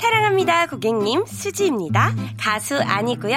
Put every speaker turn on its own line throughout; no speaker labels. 반갑습니다, 고객님. 수지입니다. 가수 아니고요.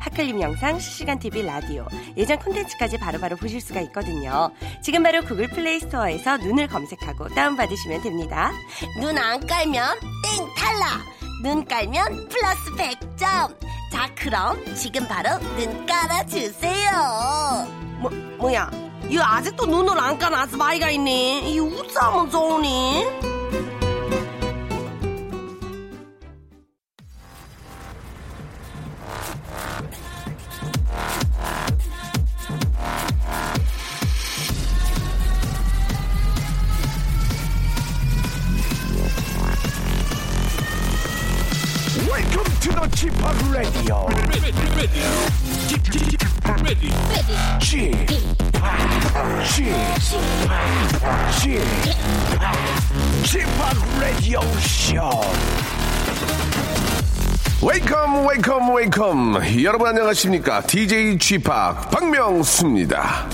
핫클림 영상, 실시간 TV 라디오, 예전 콘텐츠까지 바로바로 보실 수가 있거든요. 지금 바로 구글 플레이 스토어에서 눈을 검색하고 다운받으시면 됩니다. 눈 안 깔면 땡 탈락! 눈 깔면 플러스 100점! 자, 그럼 지금 바로 눈 깔아주세요! 뭐, 뭐야? 이 아직도 눈을 안 깐 아스바이가 있니? 이 웃으면 좋으니?
Welcome to the g p o p Radio. g p o p G-POP Radio Show.
웨이컴 웨이컴 웨이컴 여러분 안녕하십니까 DJ g p o p 박명수입니다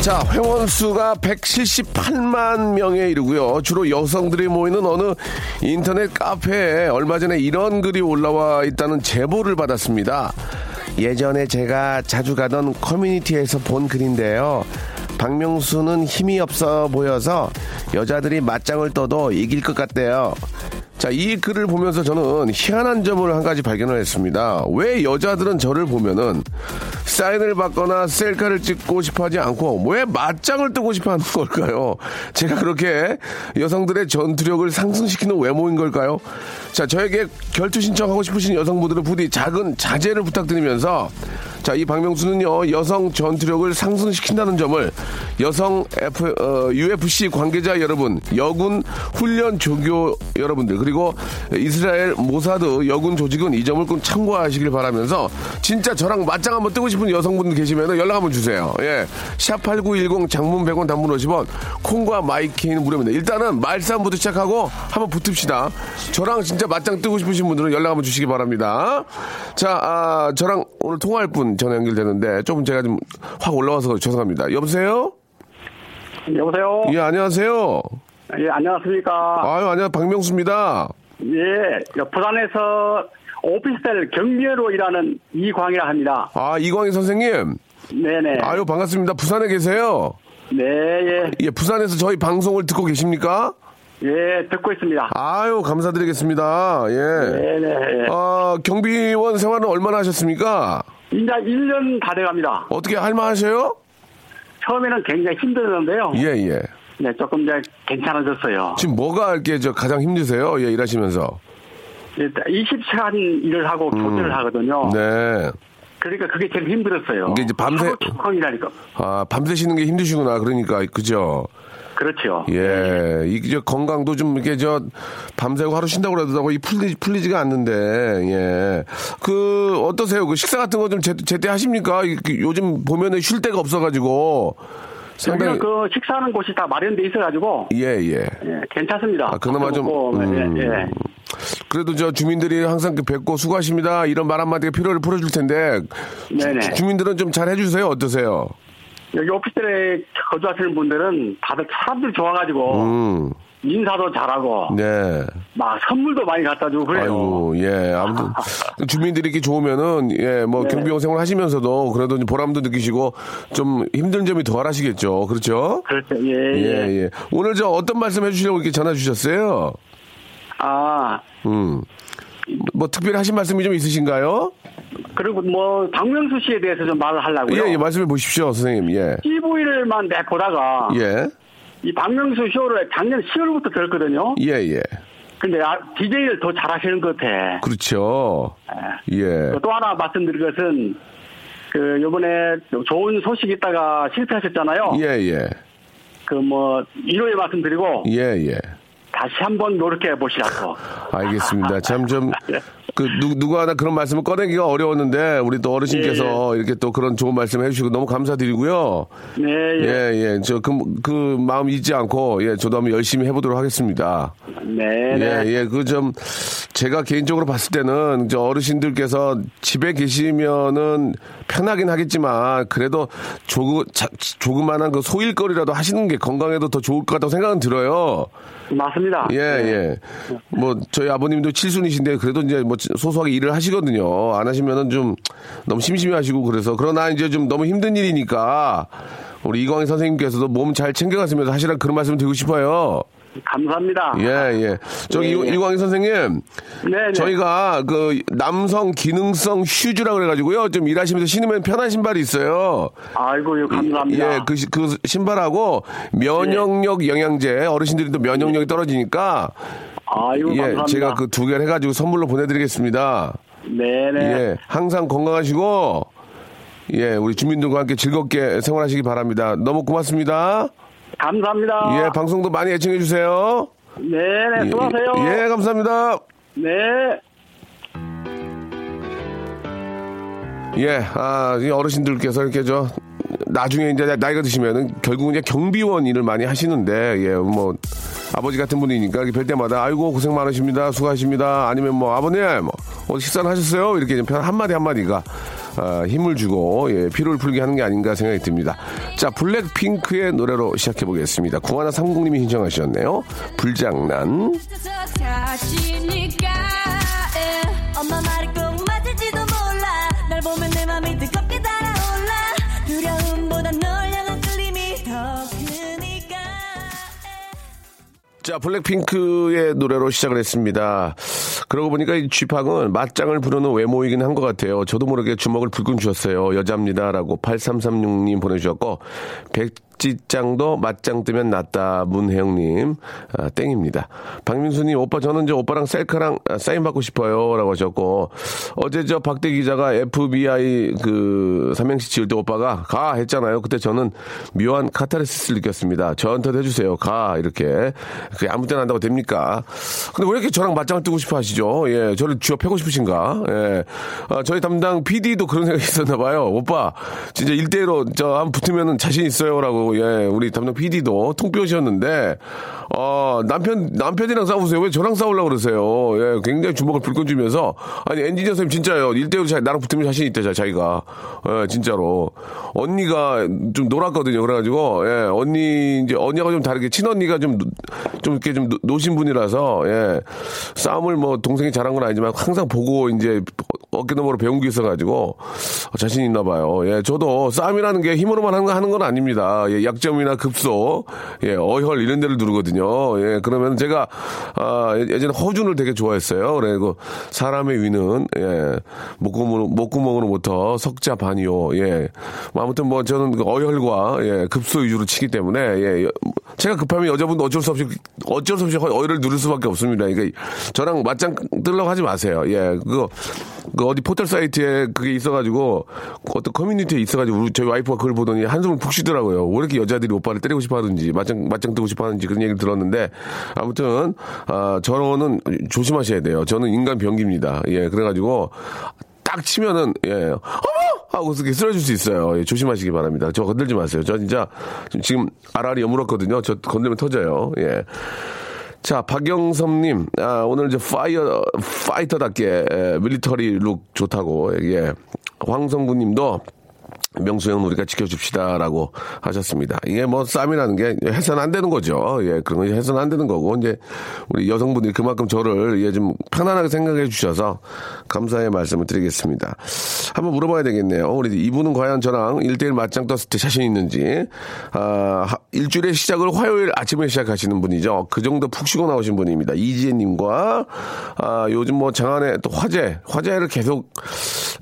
자, 회원 수가 178만 명에 이르고요. 주로 여성들이 모이는 어느 인터넷 카페에 얼마 전에 이런 글이 올라와 있다는 제보를 받았습니다. 예전에 제가 자주 가던 커뮤니티에서 본 글인데요. 박명수는 힘이 없어 보여서 여자들이 맞짱을 떠도 이길 것 같대요. 자, 이 글을 보면서 저는 희한한 점을 한 가지 발견을 했습니다. 왜 여자들은 저를 보면은 사인을 받거나 셀카를 찍고 싶어 하지 않고 왜 맞짱을 뜨고 싶어 하는 걸까요? 제가 그렇게 여성들의 전투력을 상승시키는 외모인 걸까요? 자, 저에게 결투 신청하고 싶으신 여성분들은 부디 작은 자제를 부탁드리면서 자, 이 박명수는요, 여성 전투력을 상승시킨다는 점을 여성 F, 어, UFC 관계자 여러분, 여군 훈련 조교 여러분들, 그리고 이스라엘 모사드 여군 조직은 이 점을 꼭 참고하시길 바라면서 진짜 저랑 맞짱 한번 뜨고 싶은 여성분들 계시면 연락 한번 주세요. 예. 샵8910 장문 100원 단문 50원, 콩과 마이케이는 무료입니다. 일단은 말싸움부터 시작하고 한번 붙읍시다. 저랑 진짜 맞짱 뜨고 싶으신 분들은 연락 한번 주시기 바랍니다. 자, 아, 저랑 오늘 통화할 분 전화 연결되는데 조금 제가 좀 확 올라와서 죄송합니다. 여보세요?
여보세요?
예, 안녕하세요.
예, 안녕하십니까.
아유, 안녕, 박명수입니다.
예, 저 부산에서 오피스텔 경비로 일하는 이광이라 합니다.
아, 이광희 선생님.
네네.
아유, 반갑습니다. 부산에 계세요?
네, 예.
예, 부산에서 저희 방송을 듣고 계십니까?
예, 듣고 있습니다.
아유, 감사드리겠습니다. 예.
네네. 예.
아, 경비원 생활은 얼마나 하셨습니까?
이제 1년 다 돼갑니다.
어떻게 할만하세요?
처음에는 굉장히 힘들었는데요.
예, 예.
네, 조금 이제 괜찮아졌어요.
지금 뭐가 이렇게 저 가장 힘드세요? 예, 일하시면서.
일단 20시간 일을 하고 교대를 하거든요.
음. 네.
그러니까 그게 제일 힘들었어요.
이게 이제 밤새-
하루이라니까
아, 밤새시는 게 힘드시구나. 그러니까, 그죠?
그렇죠.
예. 이게 저 건강도 좀 이렇게 저 밤새고 하루 쉰다고 그러더라고 이 풀리, 풀리지가 않는데, 예. 그, 어떠세요? 그 식사 같은 거 좀 제때 하십니까? 이- 그 요즘 보면은 쉴 데가 없어가지고.
여기는
상당히.
그 식사하는 곳이 다 마련돼 있어가지고
예, 예.
예, 괜찮습니다.
아, 그나마 좀,
먹고,
음.
예, 예.
그래도 저 주민들이 항상 그 뵙고 수고하십니다. 이런 말 한마디가 필요를 풀어줄 텐데. 주-
네네.
주민들은 좀 잘 해주세요. 어떠세요?
여기 오피스텔에 거주하시는 분들은 다들 사람들 좋아가지고
음.
인사도 잘하고
네.
막 선물도 많이 갖다 주고 그래요.
아이고, 예. 아무튼, 주민들이 이렇게 좋으면은, 예, 뭐,
네네.
경비용 생활 하시면서도 그래도 이제 보람도 느끼시고 좀 힘든 점이 덜 하시겠죠. 그렇죠?
그렇죠. 예,
예,
예.
예. 오늘 저 어떤 말씀 해주시려고 이렇게 전화 주셨어요?
아,
음. 뭐, 특별히 하신 말씀이 좀 있으신가요?
그리고 뭐, 박명수 씨에 대해서 좀 말을 하려고요.
예, 예, 말씀해 보십시오, 선생님. 예.
TV를만 내보다가,
예.
이 박명수 쇼를 작년 10월부터 들었거든요.
예, 예.
근데 DJ를 더 잘하시는 것 같아.
그렇죠. 예.
또 하나 말씀드릴 것은, 그, 요번에 좋은 소식 있다가 실패하셨잖아요.
예, 예.
그 뭐 위로의 말씀드리고
예, 예.
다시 한번 노력해 보시라고.
알겠습니다. 참 좀. 그, 누, 누구 하나 그런 말씀을 꺼내기가 어려웠는데, 우리 또 어르신께서 이렇게 또 그런 좋은 말씀 해주시고 너무 감사드리고요.
네,
예,
예.
예. 저, 그, 그 마음 잊지 않고, 예, 저도 한번 열심히 해보도록 하겠습니다.
네, 네.
예, 예. 그 좀, 제가 개인적으로 봤을 때는, 저 어르신들께서 집에 계시면은 편하긴 하겠지만, 그래도 조그, 자, 조그만한 그 소일거리라도 하시는 게 건강에도 더 좋을 것 같다고 생각은 들어요.
맞습니다.
예, 예. 뭐, 저희 아버님도 칠순이신데, 그래도 이제 뭐, 소소하게 일을 하시거든요. 안 하시면은 좀 너무 심심해 하시고, 그래서. 그러나 이제 좀 너무 힘든 일이니까, 우리 이광희 선생님께서도 몸 잘 챙겨가시면서 하시라 그런 말씀 드리고 싶어요.
감사합니다.
예, 예. 저기
예, 예.
이, 광희 선생님,
네, 네.
저희가 그 남성 기능성 슈즈라고 그래가지고요. 좀 일하시면서 신으면 편한 신발이 있어요.
아이고, 예, 감사합니다. 예.
예, 그, 시- 그 신발하고 면역력 영양제, 어르신들이 또 면역력이 떨어지니까,
아이고,
예,
감사합니다.
제가 그 두 개를 해가지고 선물로 보내드리겠습니다.
네, 네.
예, 항상 건강하시고, 예, 우리 주민들과 함께 즐겁게 생활하시기 바랍니다. 너무 고맙습니다.
감사합니다.
예, 방송도 많이 애청해주세요.
네,
예,
아. 네. 수고하세요.
예, 감사합니다.
네.
예, 아, 이 어르신들께서 이렇게 저, 나중에 이제 나이가 드시면은 결국은 이제 경비원 일을 많이 하시는데, 예, 뭐, 아버지 같은 분이니까 뵐 때마다, 아이고, 고생 많으십니다. 수고하십니다. 아니면 뭐, 아버님, 어디 식사는 하셨어요? 이렇게 좀 편- 한마디 한마디가, 아, 힘을 주고, 예, 피로를 풀게 하는 게 아닌가 생각이 듭니다. 자, 블랙핑크의 노래로 시작해 보겠습니다. 구하나 삼공님이 신청하셨네요. 불장난.
다시니까 예. 엄마 말이 꼭 맞을지도 몰라 날 보면 내 맘이 뜨겁게 달아올라 두려움보다 널 향한 끌림이 더 크니까 예.
자, 블랙핑크의 노래로 시작을 했습니다. 그러고 보니까 이 쥐팡은 맞짱을 부르는 외모이긴 한 것 같아요. 저도 모르게 주먹을 불끈 쥐었어요. 여자입니다라고 8336님 보내주셨고, 백지짱도 맞짱 뜨면 낫다. 문혜영님, 아, 땡입니다. 박민수님, 오빠, 저는 저 오빠랑 셀카랑 아, 사인 받고 싶어요. 라고 하셨고, 어제 저 박대 기자가 FBI 그 삼행시 지을 때 오빠가 가 했잖아요. 그때 저는 묘한 카타르시스를 느꼈습니다. 저한테도 해주세요. 가 이렇게 그게 아무 때나 한다고 됩니까? 근데 왜 이렇게 저랑 맞짱을 뜨고 싶어 하시죠? 예, 저를 쥐어 패고 싶으신가? 예, 아, 저희 담당 PD도 그런 생각이 있었나 봐요. 오빠 진짜 일대일로 저 한 붙으면은 자신 있어요라고 예, 우리 담당 PD도 통뼈셨는데 어, 남편 남편이랑 싸우세요. 왜 저랑 싸우려고 그러세요? 예, 굉장히 주먹을 불끈 쥐면서 아니 엔지니어 선생님 진짜요. 일대일로 나랑 붙으면 자신 있대 자, 자기가 예, 진짜로 언니가 좀 놀았거든요. 그래가지고 예, 언니 이제 언니하고 좀 다르게 친언니가 좀 좀 이렇게 좀 노- 노신 분이라서 예, 싸움을 뭐 동생이 잘한 건 아니지만 항상 보고 이제 어- 어깨너머로 배운 게 있어가지고 자신 있나 봐요. 예, 저도 싸움이라는 게 힘으로만 하는 거- 하는 건 아닙니다. 예, 약점이나 급소, 예, 어혈 이런 데를 누르거든요. 예, 그러면 제가 아, 예- 예전에 허준을 되게 좋아했어요. 그리고 사람의 위는 예, 목구멍으로 목구멍으로부터 석자 반이요. 예, 뭐 아무튼 뭐 저는 그 어혈과 예, 급소 위주로 치기 때문에 예, 여- 제가 급하면 여자분도 어쩔 수 없이 어쩔 수 없이 허- 어혈을 누를 수밖에 없습니다. 그러니까 저랑 맞짱 뜨려고 하지 마세요. 예, 그거 그 어디 포털 사이트에 그게 있어가지고 그 어떤 커뮤니티에 있어가지고 우리 저희 와이프가 그걸 보더니 한숨을 푹 쉬더라고요. 왜 이렇게 여자들이 오빠를 때리고 싶어하는지 맞짱 맞짱 뜨고 싶어하는지 그런 얘기를 들었는데 아무튼 아 저는 조심하셔야 돼요. 저는 인간 병기입니다. 예 그래가지고 딱 치면은 예 어머 하고 이렇게 쓰러질 수 있어요. 예, 조심하시기 바랍니다. 저 건들지 마세요. 저 진짜 지금 알알이 여물었거든요. 저 건들면 터져요. 예. 자, 박영섭님, 아, 오늘 이제 파이어, 파이터답게, 에, 밀리터리 룩 좋다고, 예. 황성구님도, 명수형 우리가 지켜줍시다라고 하셨습니다. 이게 뭐 쌈이라는 게 해선 안 되는 거죠. 예, 그런 거 이제 해선 안 되는 거고 이제 우리 여성분들이 그만큼 저를 예 좀 편안하게 생각해 주셔서 감사의 말씀을 드리겠습니다. 한번 물어봐야 되겠네요. 우리 이분은 과연 저랑 1대1 맞짱 떴을 때 자신 있는지 아, 하- 일주일의 시작을 화요일 아침에 시작하시는 분이죠. 그 정도 푹 쉬고 나오신 분입니다. 이지혜님과 아, 요즘 뭐 장안에 또 화재 화재를 계속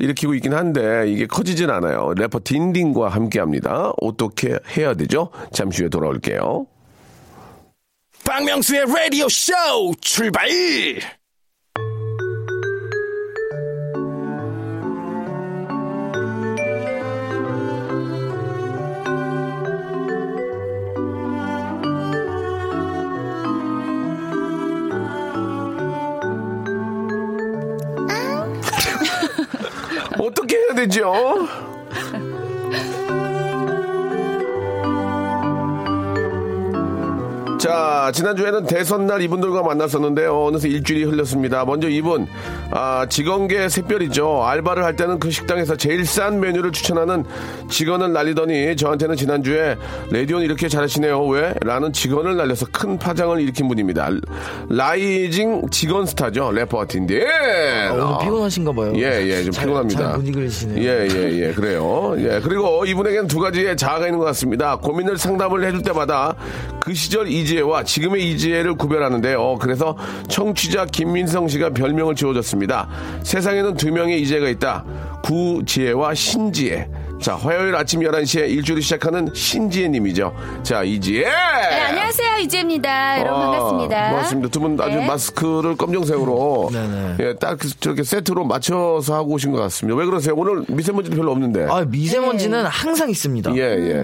일으키고 있긴 한데 이게 커지진 않아요. 래퍼 딘딘과 함께합니다. 어떻게 해야 되죠? 잠시 후에 돌아올게요.
박명수의 라디오 쇼 출발!
알죠? 자, 지난주에는 대선날 이분들과 만났었는데요. 어느새 일주일이 흘렀습니다. 먼저 이분, 아, 직원계 샛별이죠. 알바를 할 때는 그 식당에서 제일 싼 메뉴를 추천하는 직원을 날리더니 저한테는 지난주에 라디오는 이렇게 잘하시네요. 왜? 라는 직원을 날려서 큰 파장을 일으킨 분입니다. 라이징 직원 스타죠. 래퍼 딘디.
아, 오늘 피곤하신가 봐요.
예, 예, 좀
잘-
피곤합니다.
잘못 읽으시네요.
예, 예, 예, 그래요. 예, 그리고 이분에겐 두 가지의 자아가 있는 것 같습니다. 고민을 상담을 해줄 때마다 그 시절 이지혜와 지금의 이지혜를 구별하는데요. 그래서 청취자 김민성 씨가 별명을 지어줬습니다. 세상에는 두 명의 이지혜가 있다. 구지혜와 신지혜. 자, 화요일 아침 11시에 일주일을 시작하는 신지혜님이죠. 자, 이지혜!
네, 안녕하세요 이지혜입니다. 여러분
아,
반갑습니다.
반갑습니다. 두 분 아주
네.
마스크를 검정색으로
네네.
예, 딱 저렇게 세트로 맞춰서 하고 오신 것 같습니다. 왜 그러세요? 오늘 미세먼지도 별로 없는데.
아, 미세먼지는 항상 있습니다.
예,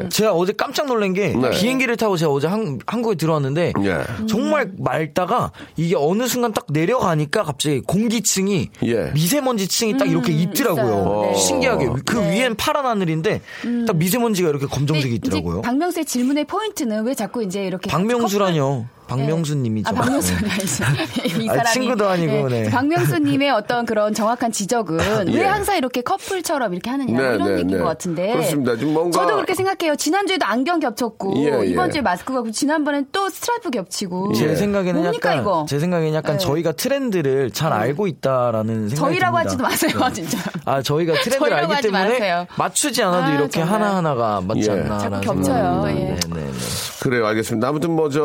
예.
제가 어제 깜짝 놀란 게
네.
비행기를 타고 제가 어제 한, 한국에 들어왔는데
예.
정말
음.
맑다가 이게 어느 순간 딱 내려가니까 갑자기 공기층이
예.
미세먼지층이 딱
음,
이렇게 있더라고요.
있어요. 네.
신기하게 그 위엔 파란 하늘인데 딱 미세먼지가 이렇게 검정색이
음. 근데 이제
있더라고요.
박명수의 질문의 포인트는 왜 자꾸 이제 이렇게
박명수라뇨.
커플-
박명수님이죠.
네. 아, 박명수 아니죠. 이
아,
사람이.
친구도 아니고, 네. 아,
박명수님의 어떤 그런 정확한 지적은
예.
왜 항상 이렇게 커플처럼 이렇게 하느냐
네,
이런
네,
얘기인
네.
것 같은데.
그렇습니다. 좀 뭔가-
저도 그렇게 생각해요. 지난주에도 안경 겹쳤고
예, 예.
이번 주에 마스크 겹고 지난번엔 또 스트라이프 겹치고.
예. 제 생각에는
뭡니까
약간
이거?
제 생각에는 약간
네.
저희가 트렌드를 잘 알고 있다라는 생각이
저희라고 하지도
듭니다.
마세요, 진짜.
아 저희가 트렌드를
저희라고
알기
하지
때문에
마세요.
맞추지 않아도
아,
이렇게
정말.
하나 하나가 맞지
예.
않나라는
자꾸 겹쳐요,
생각이
예.
듭니다. 네네네.
그래요, 알겠습니다. 아무튼 뭐저두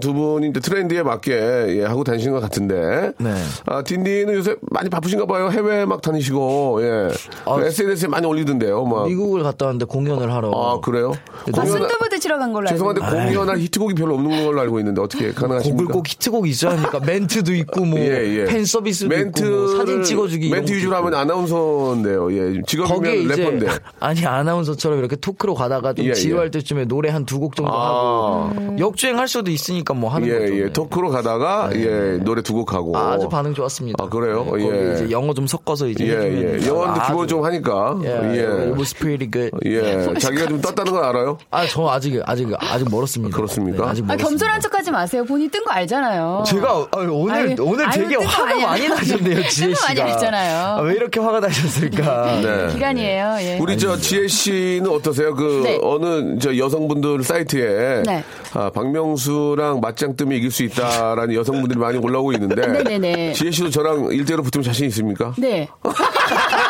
분이 이제 트렌드에 맞게 예, 하고 다니시는 것 같은데.
네.
아, 딘딘은 요새 많이 바쁘신가 봐요. 해외 막 다니시고, 예.
아,
SNS에 많이 올리던데요, 막.
미국을 갔다 왔는데 공연을 하러.
아, 그래요?
나-
아,
공연하-
순두부 드시러 간 걸로 알고.
죄송한데 공연할 히트곡이 별로 없는 걸로 알고 있는데 어떻게 가능하십니까?
곡을 꼭 히트곡 있어야 하니까 멘트도 있고 뭐 팬
예, 예.
서비스도 있고 뭐 사진 찍어주기 이런
멘트
것도
위주로
있고.
하면 아나운서인데요. 예.
거기에
직업이면
이제
래퍼인데.
아니 아나운서처럼 이렇게 토크로 가다가 좀
예,
지루할
예.
때쯤에 노래 한 두 곡 정도
아.
하고 역주행할 수도 있으니까 뭐 하는 거죠.
예, 예.
네.
토크로 가다가 예, 노래 두 곡 하고.
아, 주 반응 좋았습니다.
아, 그래요?
거기
예.
이제 영어 좀 섞어서 이제
예,
해주면
예. 영어도
아주-
기본 좀 하니까.
예. 네, 뭐
예.
It was pretty good.
예. 자기가 좀 떴다는 걸 알아요?
아, 저 아직 아직 아직 멀었습니다. 네,
그렇습니까?
아직
아,
멀었습니다.
겸손한 척하지 마세요. 본인 뜬 거 알잖아요.
제가 아, 오늘
아유,
오늘
아유,
되게
뜬거
화가
많이
많이
안-
나셨네요, 지혜
뜬거
씨가.
많이 했잖아요.
아, 왜 이렇게 화가 나셨을까?
네.
기간이에요. 예.
우리 저 지혜 씨는 어떠세요? 그
네.
어느 저 여성분들 사이트에
네.
아, 박명수랑 맞짱 뜨면 이길 수 있다라는 여성분들이 많이 올라오고 있는데
네네네.
지혜 씨도 저랑 일대로 붙으면 자신 있습니까?
네.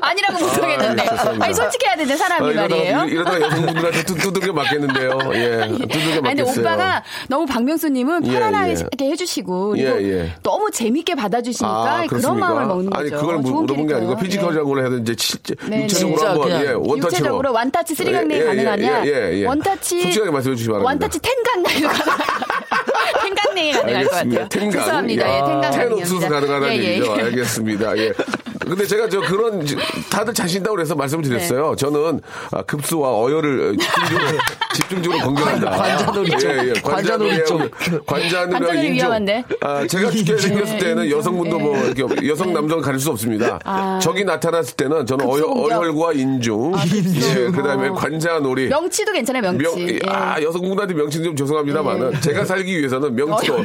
아니라고 못하겠는데.
아, 죄송합니다.
아니, 솔직해야 되는 사람이
이러다가,
말이에요.
이- 이러다가 여성분들한테 두- 두들겨 맞겠는데요. 예. 두들겨 맞겠어요.
아니, 근데 오빠가 너무 박명수님은
예,
편안하게
예.
해주시고 그리고
예, 예.
너무 재밌게 받아주시니까
아,
그런
그렇습니까?
마음을 먹는 거죠.
아니, 그걸 뭐 물-
좋은
물어본 게 아니고
캐릭터예요.
피지컬적으로 해야 되는데 진짜
네,
육체적으로
네.
한번
진짜
예,
그냥
예.
원터치로.
육체적으로 원타치 쓰리강냉이 가능하냐?
예, 예, 예.
원타치
솔직하게 말씀해 주시기 바랍니다.
원타치 텐강냉이 가능하냐? 텐강냉이 가능할 것 같아요.
알겠습니다. 텐강.
죄송합니다. 예, 텐강
텐
가능합니다.
옥수수 가능하다는
예, 예.
얘기죠. 알겠습니다. 예. 근데 제가 저 그런 지- 다들 자신 있다고 그래서 말씀을
네.
드렸어요. 저는 아, 급수와 어혈을 집중적으로, 집중적으로 공격한다.
관자놀이 쪽.
예, 예.
관자놀이 쪽.
관자놀이
관자놀이 위험한데?
아, 제가 죽게 생겼을
예, 아.
때는
인정.
여성분도 뭐 이렇게 여성 남성 가릴 수 없습니다. 적이 나타났을 때는 저는 어혈,
급수 공격. 아, 그
어혈과 인중, 예, 그다음에 관자놀이,
명치도 괜찮아요. 명치.
명,
예.
아, 여성분들한테 명칭 좀 죄송합니다만은 제가 살기 위해서는 명치도 어,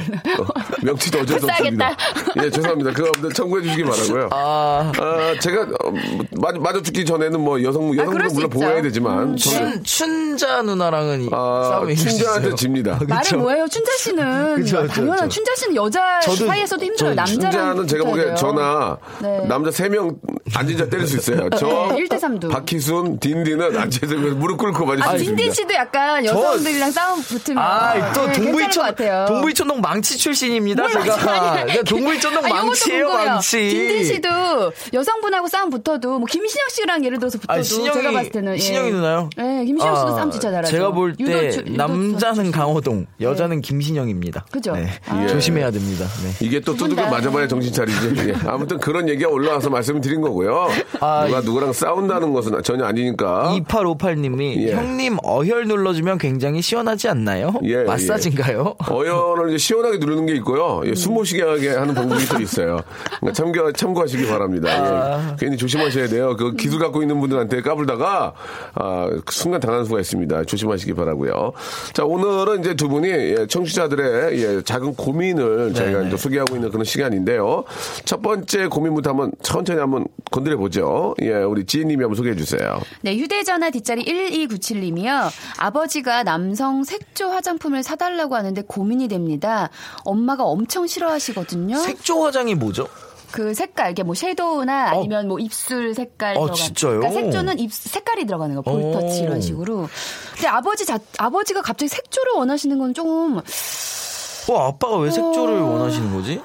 명치도 어쩔 수 없습니다.
예. 불쌍하겠다.
예, 죄송합니다. 그거 아무튼 참고해 주시기 바라고요.
아,
아, 제가 어, 마- 마저 죽기 전에는 뭐 여성
아, 그럴
여성분 물론
수 있죠. 음, 네.
보호해야 되지만 저는
춘, 춘자 누나랑은 이
아,
싸움이
춘자한테
있었어요.
집니다.
말은 뭐예요? 춘자 씨는
그쵸, 그쵸,
당연한
그쵸.
춘자 씨는 여자
저도-
사이에서도
저는
힘들어요. 남자랑
춘자는 제가 보기에
돼요.
저나
네.
남자 세 명 앉은자 때릴 수 있어요. 저
네, 일대 삼도.
박희순, 딘딘은 앉아서 무릎 꿇고 맞을
아,
수
진딘
있습니다.
씨도 약간 여성들이랑 싸움 붙으면
아, 또
네, 괜찮을 것
동부이촌
같아요.
동부이촌동 망치 출신입니다. 제가
아니,
제가 동부이촌동
아, 요것도
망치예요,
궁금해요.
망치.
진딘 씨도 여성분하고 싸움 붙어도 뭐 김신영 씨랑 예를 들어서 붙어도
아니, 신영이
제가 봤을 때는 예.
신영이 누나요?
네, 김신영 씨도
아,
싸움 진짜 잘하죠.
제가 볼 때
유도 주- 유도
남자는
선수.
강호동, 여자는 김신영입니다.
네. 그죠?
네.
아.
조심해야 됩니다. 네.
이게 또 두들겨
다.
맞아봐야 정신 차리지. 예. 아무튼 그런 얘기가 올라와서 말씀드린 거고요.
아,
누가
이-
누구랑 싸운다는 것은 전혀
어?
아니니까.
2858님이
예.
형님 어혈 눌러주면 굉장히 시원하지 않나요?
예, 예.
마사지인가요?
어연을
음.
이제 시원하게 누르는 게 있고요. 예, 숨 모시게 하게 하는 방법이 또 있어요. 그러니까 참고, 참고하시기 바랍니다.
아.
예. 괜히 조심하셔야 돼요. 그 기술 갖고 있는 분들한테 까불다가 아, 그 순간 당하는 수가 있습니다. 조심하시기 바라고요. 자 오늘은 이제 두 분이 예, 청취자들의 예, 작은
네,
고민을 저희가 이제 소개하고 있는 그런 시간인데요. 첫 번째 고민부터 한번 천천히 한번 건드려 보죠. 예, 우리 지혜님이 한번 소개해 주세요.
네, 휴대전화 뒷자리 1297님이요. 아버지가 남성 색조 화장품을 사달라고 하는데 고민이 됩니다. 엄마가 엄청 싫어하시거든요.
색조 화장이 뭐죠?
그 색깔, 이게 뭐 섀도우나 아니면 뭐 입술 색깔.
어,
들어간-
진짜요?
그러니까 색조는 입, 색깔이 들어가는 거, 볼터치
오.
이런 식으로. 근데 아버지 자, 아버지가 갑자기 색조를 원하시는 건 조금,
어, 아빠가 왜 색조를 원하시는 거지?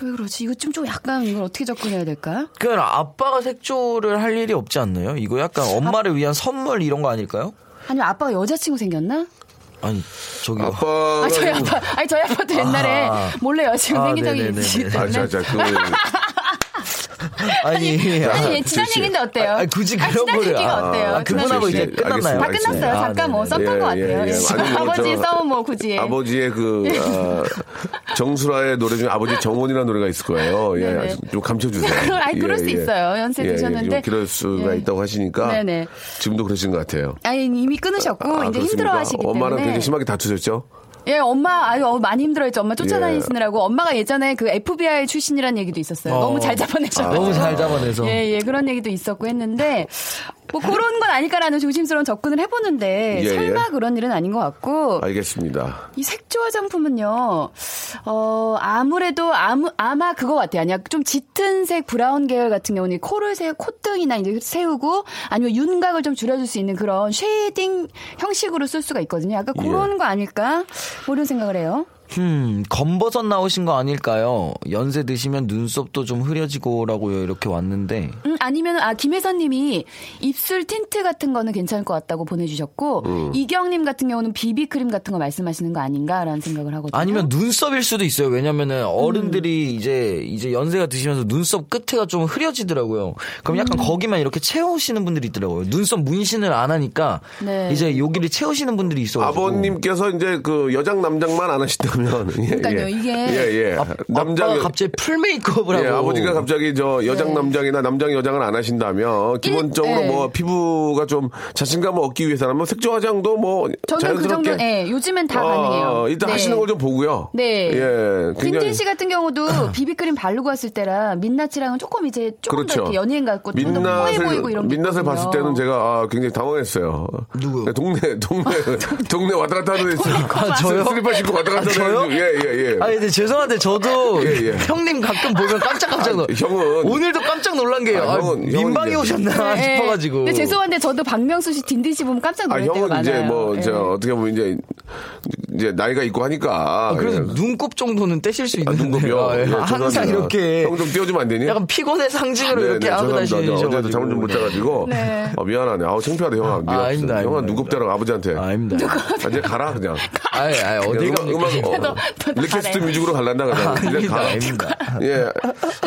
왜 그러지? 이거 좀, 좀 약간 이걸 어떻게 접근해야 될까?
그러니까 아빠가 색조를 할 일이 없지 않나요? 이거 약간 엄마를 위한 선물 이런 거 아닐까요?
아니면 아빠가 여자친구 생겼나?
아니 저기 요
아빠
아, 저희 아빠, 아니, 저희 아빠도 옛날에
어, 아.
몰래 여자친구
아,
생긴 적이
네네네네.
있기 때문에.
아, 자, 자, 그
아니
아니,
아,
예, 지난
그치.
얘기인데 어때요?
아, 굳이
아,
그런
지난
거를
얘기가
아,
어때요?
아,
지난
그분하고
얘기.
이제 끝났나요?
다 끝났어요.
알겠습니다.
잠깐 뭐
아,
썼던
네네.
것
예,
같아요.
예, 예. 아니, 뭐
아버지
저-
싸움 뭐 굳이.
아버지의 그 아, 정수라의 노래 중에 아버지 정원이라는 노래가 있을 거예요. 예,
네네.
좀 감춰주세요. 예,
그럴- 아니, 그럴 수 있어요. 연세
좀
드셨는데.
그럴 수가
예.
있다고 하시니까
네네.
지금도 그러신 것 같아요.
아니 이미 끊으셨고
아,
이제
그렇습니까?
힘들어하시기
엄마랑
때문에
굉장히 심하게 다투셨죠?
예 엄마 아유 어, 많이 힘들어했죠 엄마 쫓아다니시느라고 엄마가 예전에 그 FBI 출신이라는 얘기도 있었어요
어.
너무 잘 잡아내셔
너무 잘 잡아내서
예, 예, 그런 얘기도 있었고 했는데, 뭐 그런 건 아닐까라는 조심스러운 접근을 해보는데,
예, 예.
설마 그런 일은 아닌 것 같고,
알겠습니다.
이 색조 화장품은요, 어, 아무래도 아무, 아마 그거 같아요. 아니야. 좀 짙은 색 브라운 계열 같은 경우는 이 코를 세, 콧등이나 이제 세우고 아니면 윤곽을 좀 줄여줄 수 있는 그런 쉐이딩 형식으로 쓸 수가 있거든요. 약간
예.
그런 거 아닐까? 뭐 이런 생각을 해요.
음, 검버섯 나오신 거 아닐까요? 연세 드시면 눈썹도 좀 흐려지고라고요. 이렇게 왔는데.
음, 아니면, 아, 김혜선 님이 입술 틴트 같은 거는 괜찮을 것 같다고 보내주셨고,
음.
이경님 같은 경우는 비비크림 같은 거 말씀하시는 거 아닌가라는 생각을 하거든요.
아니면 눈썹일 수도 있어요.
음.
왜냐면은 어른들이 이제 이제 연세가 드시면서 눈썹 끝에가 좀 흐려지더라고요. 그럼 약간
음.
거기만 이렇게 채우시는 분들이 있더라고요. 눈썹 문신을 안 하니까
네.
이제 여기를 채우시는 분들이 있어 가지고.
아버님께서 이제 그 여장 남장만 안 하시다면 예,
그러니까요,
예.
이게.
예, 예.
남자가
남장
갑자기 풀 메이크업을
예,
하고
아버지가 갑자기 저 여장 남장이나 남장 여장을 안 하신다면 기본적으로
예.
뭐 피부가 좀 자신감을 얻기 위해서라면 뭐 색조 화장도 뭐
저는 그
자연스럽게
정도, 예, 요즘엔 다
어,
가능해요.
일단
네.
하시는 걸 좀 보고요.
네.
예. 굉장히
김진 씨 같은 경우도 비비크림 바르고 왔을 때랑 민낯이랑은 조금 이제 조금 더
그렇죠.
이렇게 연예인 같고 좀더 뭐 뽀해 보이고
민낯을
이런 게
민낯을
있거든요.
봤을 때는 제가 아, 굉장히 당황했어요.
누구요?
네, 동네 동네 동네 왔다 갔다 하는 애 있어요.
아, 저요?
슬리퍼 신고 왔다
아,
갔다 하는
저요?
애. 예예 예.
아 근데 죄송한데 저도
예, 예.
형님 가끔 보면 깜짝깜짝 놀.
아, 형은-
오늘도 깜짝 놀란 게요.
아,
아,
형은- 형은
민방위
이제-
오셨나
예.
싶어가지고.
근데 죄송한데 저도 박명수 씨 딘딘 씨 보면 깜짝
아
놀랄 때가
형은
많아요.
이제 뭐 저
예.
어떻게 보면 이제 이제 나이가 있고 하니까
아,
어,
그래도
예.
눈곱 정도는 떼실 수 있는데
눈곱이요.
아, 예.
예,
항상
죄송합니다.
이렇게
형좀 띄워주면 안 되니?
약간 피곤의 상징으로
예? 네,
이렇게
네,
하고
죄송합니다.
다니셔가지고 네.
어제도 잠을 좀 못 자가지고. 아, 미안하네. 아우, 창피하다, 형아. 미안.
아, 아닙니다, 아닙니다.
형아, 눈곱 대라 아버지한테.
아, 아닙니다
아, 이제 가라, 그냥.
아, 예, 아, 어디
그냥
가
음악, 음악, 어, 리퀘스트 뮤직으로 갈란다, 그냥. 이제
아닙니다
가.
아닙니다
예.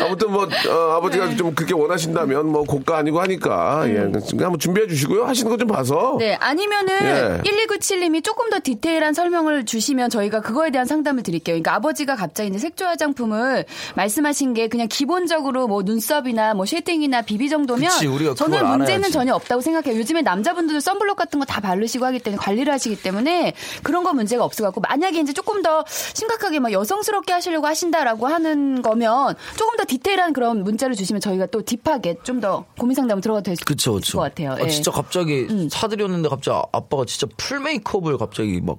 아무튼 뭐, 어, 아버지가
네.
좀 그렇게 원하신다면 뭐, 고가 아니고 하니까. 예.
음.
그냥 한번 준비해 주시고요. 하시는 거 좀 봐서.
네, 아니면은
예.
1297님이 조금 더 디테일한 설명을 주시면 저희가 그거에 대한 상담을 드릴게요. 그러니까 아버지가 갑자기 이제 색조 화장품을 말씀하신 게 그냥 기본적으로 뭐 눈썹이나 뭐 쉐딩이나 비비 정도면
그치, 우리가
저는
그걸
문제는
알아야지.
전혀 없다고 생각해요. 요즘에 남자분들도 선블록 같은 거 다 바르시고 하기 때문에 관리를 하시기 때문에 그런 거 문제가 없을 것 같고 만약에 이제 조금 더 심각하게 막 여성스럽게 하시려고 하신다라고 하는 거면 조금 더 디테일한 그런 문자를 주시면 저희가 또 딥하게 좀 더 고민 상담 들어가도 될 수
그쵸
있을
그쵸
것 같아요.
아,
예.
진짜 갑자기 사드렸는데 갑자기 아빠가 진짜 풀 메이크업을 갑자기 막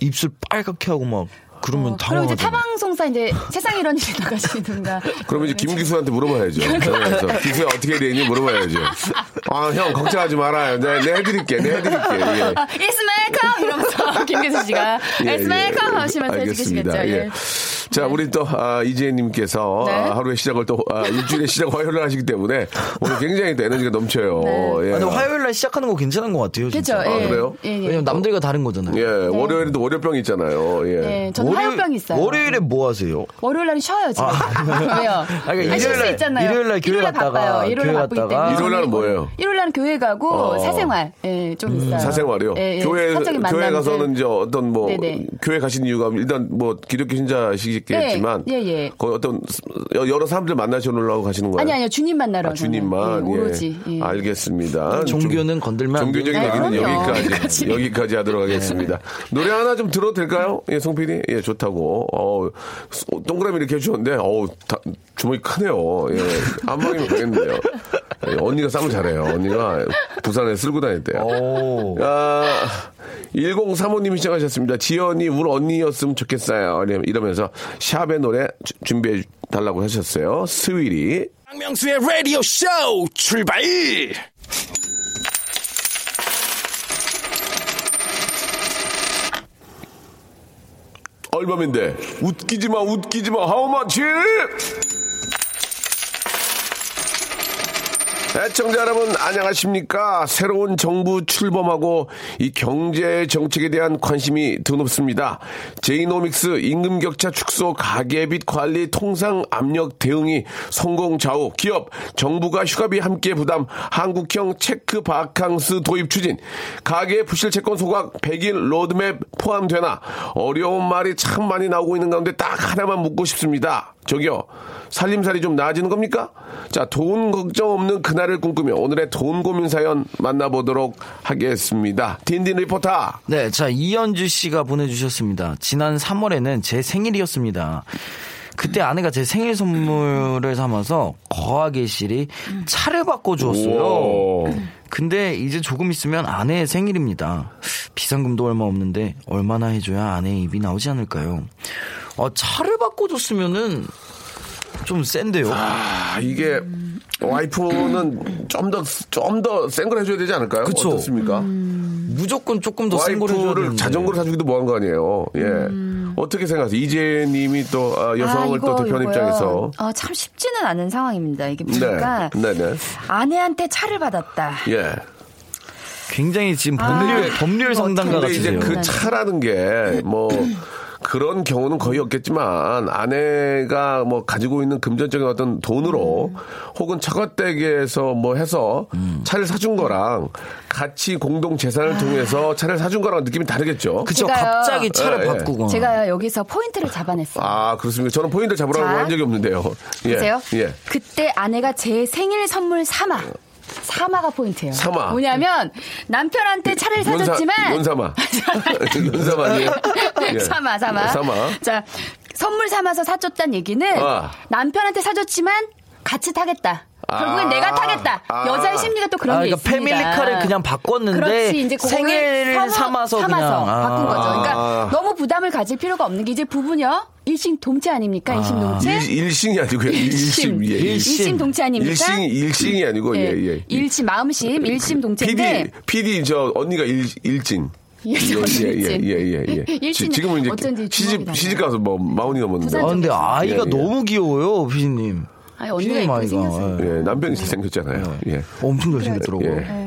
입술 빨갛게 하고 막 어, 그러면
어, 그럼 이제
당황하잖아
타방송사 이제 세상 이런 일이 나가시든가.
그러면 이제 김기수한테 물어봐야죠. 네, 그래서 기수야 어떻게 해야 되니 물어봐야죠. 아, 형 걱정하지 말아요. 내, 내 해드릴게. 내 해드릴게. 예.
아, It's my cup! 이러면서 김기수 씨가
예,
It's my
예,
cup!
예.
하시면서
알겠습니다.
해주시겠죠. 예.
예. 자, 우리 또, 아, 이지혜님께서
네.
아, 하루의 시작을 또, 아, 일주일의 시작 화요일을 하시기 때문에 오늘 굉장히 또 에너지가 넘쳐요.
네.
예.
근데 화요일 날 시작하는 거 괜찮은 것 같아요
그쵸.
진짜
아,
예.
그래요?
예, 예.
왜냐면 남들과 다른 거잖아요
예,
네.
월요일에도 월요병 있잖아요. 예.
예, 저는
월요일-
화요병이 있어요.
월요일에 뭐 하세요?
월요일 날은 쉬어요, 지금. 왜요?
그러니까
아, 쉴수
일요일날-
있잖아요.
일요일날 교회
일요일날
갔다가,
바빠요.
교회
일요일날 바쁘기
갔다가.
때문에.
일요일 날은 뭐예요?
일요일 날은 교회 가고
어.
사생활. 예, 좀 있어요.
사생활이요.
예, 예.
교회
사적인
교회
만남들.
가서는 이제 어떤 뭐
네네.
교회 가신 이유가 일단 뭐 기독교 신자시기 계시겠지만
네, 예, 예.
거의 어떤 여- 여러 사람들 만나시려고 가시는 거예요.
아니 아니요 주님 만나러
아, 주님만 아,
저는. 예, 오로지 예.
알겠습니다.
종교는 건들면 안 네,
종교적인
돼요.
얘기는
네, 그럼요.
여기까지 여기까지 하도록 하겠습니다. 노래 하나 좀 들어도 될까요? 예, 송 PD. 예, 좋다고. 어, 동그라미 이렇게 해주셨는데, 어, 주먹이 크네요. 예, 한 방이면 되겠는데요. 예, 언니가 싸움 잘해요. 언니가 부산에 쓸고 다녔대요.
오.
아, 1035님이 시작하셨습니다. 지연이 울 언니였으면 좋겠어요. 이러- 이러면서 샵의 노래 주- 준비해 달라고 하셨어요. 스위리.
박명수의 라디오 쇼 출발!
얼마인데 웃기지 마 웃기지 마 how much 애청자 여러분 안녕하십니까 새로운 정부 출범하고 이 경제 정책에 대한 관심이 드높습니다 제이노믹스 임금 격차 축소 가계빚 관리 통상 압력 대응이 성공 좌우 기업 정부가 휴가비 함께 부담 한국형 체크 바캉스 도입 추진 가계 부실 채권 소각 100일 로드맵 포함되나 어려운 말이 참 많이 나오고 있는 가운데 딱 하나만 묻고 싶습니다. 저기요 살림살이 좀 나아지는 겁니까? 자 돈 걱정 없는 그날을 꿈꾸며 오늘의 돈 고민 사연 만나보도록 하겠습니다. 딘딘 리포터
네, 자 이현주 씨가 보내주셨습니다. 지난 3월에는 제 생일이었습니다. 그때 아내가 제 생일 선물을 삼아서 거하계실이 차를 바꿔
오.
주었어요. 근데 이제 조금 있으면 아내의 생일입니다. 비상금도 얼마 없는데 얼마나 해줘야 아내의 입이 나오지 않을까요? 어, 차를 바꿔 줬으면은 좀 센데요.
아 이게
음.
와이프는 좀 더 좀 더 센 걸 해줘야 되지 않을까요?
그쵸. 음.
어떻습니까?
무조건 조금 더 센 거를 해줘야
와이프를
되는데. 음.
자전거를 사주기도 뭐한 거 아니에요. 예. 어떻게 생각하세요? 이재님이 또 아, 여성을
이거,
또 대표하는
이거요. 아,
입장에서.
어, 참 쉽지는 않은 상황입니다. 이게
네.
보니까
네, 네.
아내한테 차를 받았다.
예.
굉장히 지금 법률 법률 상담가
아. 근데 이제
같으세요.
그
네.
차라는 게 뭐 그런 경우는 거의 없겠지만 아내가 뭐 가지고 있는 금전적인 어떤
음.
돈으로 혹은 차가댁에서 뭐 해서
음.
차를 사준 거랑 같이 공동
아.
재산을 통해서 차를 사준 거랑 느낌이 다르겠죠.
그쵸
제가요.
갑자기 차를
예, 예.
바꾸고
제가 여기서 포인트를 잡아냈어요.
아 그렇습니까? 저는 포인트 잡으라고
자.
한 적이 없는데요. 예.
보세요.
예.
그때 아내가 제 생일 선물 삼아. 삼아가 포인트예요.
삼아.
뭐냐면 남편한테 차를
연사-
사줬지만
연사마. 연사마 아니에요? 예.
삼아 삼아.
삼아.
자 선물 삼아서 사줬단 얘기는
아.
남편한테 사줬지만 같이 타겠다. 결국엔
아.
내가 타겠다.
아.
여자의 심리가 또 그런
아,
게
그러니까
있습니다.
패밀리카를 그냥 바꿨는데
그렇지, 이제 그거를
생일을 삼아서 그냥.
바꾼
아.
거죠.
아.
그러니까 너무 부담을 가질 필요가 없는 게 이제 부부녀 일심동체 아닙니까? 일심동체.
일, 싱이 아니고요. 일심. 예, 일심.
네? 일심 동체 아닙니까?
일싱, 일싱이 아니고,
예,
예, 예.
일심 마음심 일심 동체인데
PD, PD 저 언니가 일, 일진.
예, 저는 일진.
예, 예, 예.
일진이
지- 지금은 이제
어쩐지 주먹이
시집
나네요.
시집 가서 뭐 마흔이 넘었는데.
아, 근데 아이가
예, 예.
너무 귀여워요, 피디님.
아니, 그렇죠. 언니가
피디님
예쁘게
아이가.
생겼어요.
예.
예, 남편이 잘생겼잖아요. 예.
엄청 잘생겼더라고요.
예.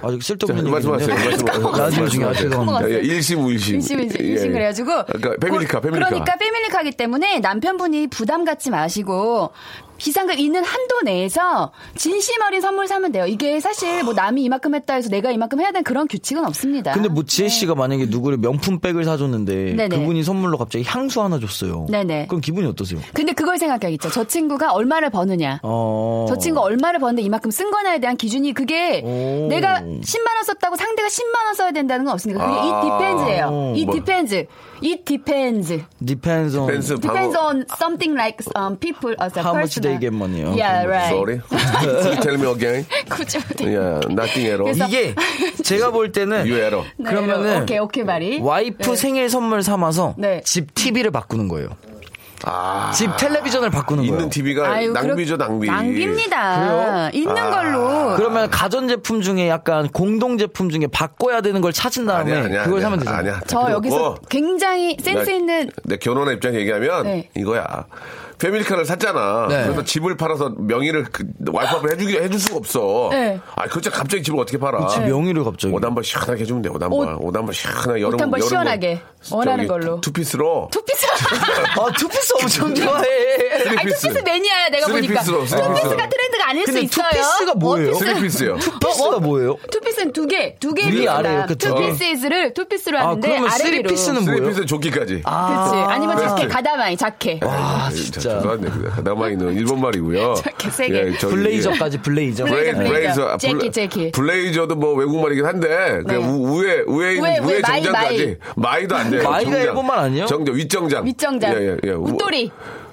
아직
자,
쓸데없는
말씀하세요.
얘기인데.
말씀하세요.
라디오 중에 아, 죄송합니다.
예, 일심 우일심. 예.
일심 일심 일심 그래가지고
그러니까 패밀리카,
고-
패밀리카.
그러니까 패밀리카기 때문에 남편분이 부담 갖지 마시고 비상금 있는 한도 내에서 진심 어린 선물 사면 돼요. 이게 사실 뭐 남이 이만큼 했다 해서 내가 이만큼 해야 되는 그런 규칙은 없습니다.
근데 뭐 지혜 씨가 만약에 누구를 명품 백을 사줬는데
네. 네네.
그분이 선물로 갑자기 향수 하나 줬어요.
네네.
그럼 기분이 어떠세요?
근데 그걸 생각해야겠죠. 저 친구가 얼마를 버느냐.
어.
저 친구 얼마를 버는데 이만큼 쓴 거냐에 대한 기준이 그게
오.
내가 10만 원 썼다고 상대가 10만 원 써야 된다는 건 없으니까 그게
아.
it depend예요.
오,
it
뭐.
depends. it depends.
디펜스 온
댄스
depends
방어.
on something like um, people as a
How much
person.
they get money요?
Yeah, right.
어, Sorry. 네. You tell me again.
굳이 못해.
Yeah, nothing at all.
이게 제가 볼 때는
You error.
네,
그러면은
오케이 오케이 말이.
와이프 생일 선물 삼아서
네.
집 TV를 바꾸는 거예요.
아.
집 텔레비전을 바꾸는 거예요.
있는 TV가
아유,
낭비죠,
그렇-
낭비. 아.
낭비입니다. 있는 걸로.
그러면 가전제품 중에 약간 공동제품 중에 바꿔야 되는 걸 찾은 다음에
아니야, 아니야.
네, 그걸
아니야,
사면 되잖아.
아니야.
저 여기서
그거
굉장히 센스
나-
있는
내 결혼한 입장 얘기하면
네.
이거야. 패밀리카를 샀잖아.
네.
그래서 집을 팔아서 명의를 그, 와이프한테 해주기 해줄 수가 없어.
네.
아, 그렇지 갑자기 집을 어떻게 팔아?
그치, 명의를 갑자기.
옷 한 번 시원하게 해주면 돼. 옷 한 번,
옷.
옷 한 번 시원하게 여름
옷한번
여름
시원하게.
저기
원하는 걸로.
투피스로.
투피스.
아, 투피스 엄청 좋아해.
아니, 투피스 매니아야, 내가 보니까.
쓰리피스로, 쓰리피스로.
투피스가 트렌드가 아닐 수
근데
있어요.
투피스가 뭐예요?
원피스. 어,
쓰리피스요.
투피스가 뭐예요?
투피스는 두 개, 두 개.
위, 아래 이렇게
투
두 개.
피스를 투피스로
아,
하는데,
그러면
아래 위로.
쓰리피스는 뭐예요?
쓰리피스 조끼까지.
그렇지. 아니면 자켓
그렇지.
가다마이 자켓.
아,
예, 자,
진짜.
죄송한데 가다마이는 일본 말이고요. 예,
저렇게 세게.
저기
블레이저까지 블레이저.
이게 브레이,
블레이저, 블레이저.
블레이저, 아,
재킷,
블레-
재킷.
블레이저도 뭐 외국 말이긴 한데 그냥 우, 우에 우에 있는 우에,
우에, 우에, 마이,
정장까지 마이. 도안 돼요.
마이가
정장.
일본 말 아니에요?
정장 윗정장.
윗정장.
예, 우-
웃돌이.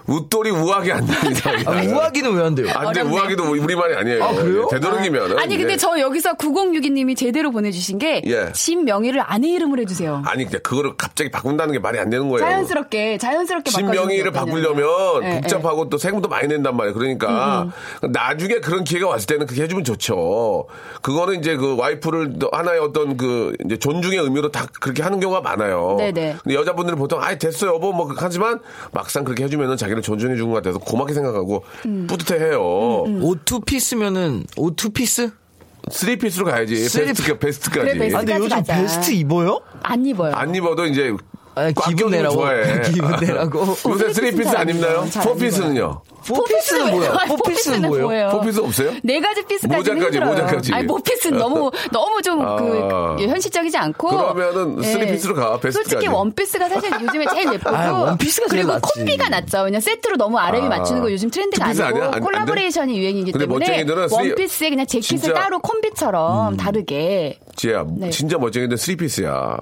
웃돌이 우악이 안 됩니다.
아, 우아기는 왜 안 돼요?
안 돼.
어렵네.
우악이도 우리 말이 아니에요. 예,
아, 그래요?
되도록이면
아니 근데 저 여기서 9062님이 제대로 보내주신 게
네, 예.
집 명의를 아내 이름으로 해주세요.
아니 근데 그거를 갑자기 바꾼다는 게 말이 안 되는 거예요.
자연스럽게 자연스럽게
신
바꿔주는
명의를
게 어떠냐고요.
바꾸려면
예, 음, 예.
복잡하고 또 세금도 많이 낸단 말이에요. 그러니까 나중에 그런 기회가 왔을 때는 그렇게 해주면 좋죠. 그거는 이제 그 와이프를 또 하나의 어떤 그 이제 존중의 의미로 다 그렇게 하는 경우가 많아요.
네네.
근데 여자분들은 보통 아이 됐어 여보 뭐 하지만 막상 그렇게 해주면은 자기를 존중해 준 것 같아서 고맙게 생각하고
음.
뿌듯해해요.
오투피스면은 오투피스?
쓰리 피스로 가야지
쓰리
베스트 베스트까지.
그래, 베스트.
아, 근데 요즘
가자.
베스트 입어요?
안 입어요.
안 입어도 이제
아,
꽉 껴주면
기분 내라고.
좋아해.
기분 내라고.
요새 쓰리
쓰리피스는
피스
잘
안
안
입나요?
입어요. 잘안
포 피스는요?
포피스는 뭐야? 포피스는 뭐예요?
포 피스 없어요?
네 가지 피스까지
모자까지,
힘들어요.
모자까지.
아니 모피스는 너무 너무
아.
좀 그 현실적이지 않고. 예.
그러면은 쓰리피스로 가, 베스트까지.
솔직히 원피스가 사실 요즘에 제일 예쁘고.
아, 원피스가 제일
그리고
낫지.
콤비가 낫죠. 그냥 세트로 너무 아래위
아.
맞추는 거 요즘 트렌드가
투피스
아니고
아니야? 안- 안 돼?
콜라보레이션이 유행이기
근데
때문에
멋쟁이들은 쓰리-
원피스에 그냥 재킷을
진짜- 음.
따로 콤비처럼 다르게.
지혜야,
네.
진짜 멋쟁이인데 쓰리피스야. 야,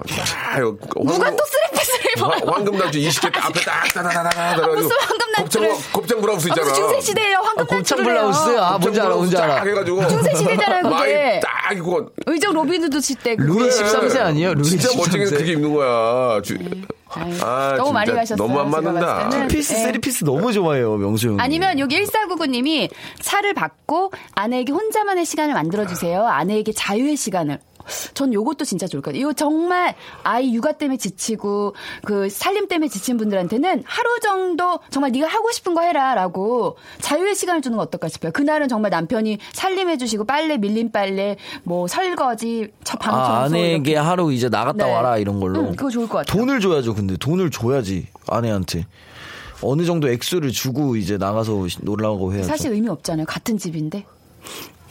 이거
누가
황금-
또 쓰리피스를
화-
입어요?
황금 단추 20개 딱 앞에 딱 따다다다다
아, 무슨 황금
곱창,
단추를-
곱창 브라우스
아,
있잖아.
무슨 중세 시대예요
아,
황금
곱창
단추를요.
블라우스? 아, 뭔지 알아, 뭔지 알아.
딱 해가지고
중세 시대잖아요, 그게.
마이 딱 입고
의정 로빈우드 칠때
루이 13세 아니에요? 루이
진짜 멋쟁이
13세.
그게 입는 거야. 주- 아,
네, 너무 많이
진짜
가셨어요.
너무 안
제가
맞는다.
봤을 때는.
투피스,
네.
세리피스 너무 좋아해요, 명수 형.
아니면 여기 1499님이 차를 받고 아내에게 혼자만의 시간을 만들어주세요. 아내에게 자유의 시간을. 전 요것도 진짜 좋을 것 같아요. 이거 정말 아이 육아 때문에 지치고 그 살림 때문에 지친 분들한테는 하루 정도 정말 네가 하고 싶은 거 해라라고 자유의 시간을 주는 건 어떨까 싶어요. 그날은 정말 남편이 살림해 주시고 빨래 밀린 빨래 뭐 설거지 저 방 청소
아, 아내에게
이렇게.
하루 이제 나갔다
네.
와라 이런 걸로.
음, 그거 좋을 것 같아요.
돈을 줘야죠. 근데 돈을 줘야지 아내한테 어느 정도 액수를 주고 이제 나가서 시- 놀라고
네,
해야죠.
사실 의미 없잖아요. 같은 집인데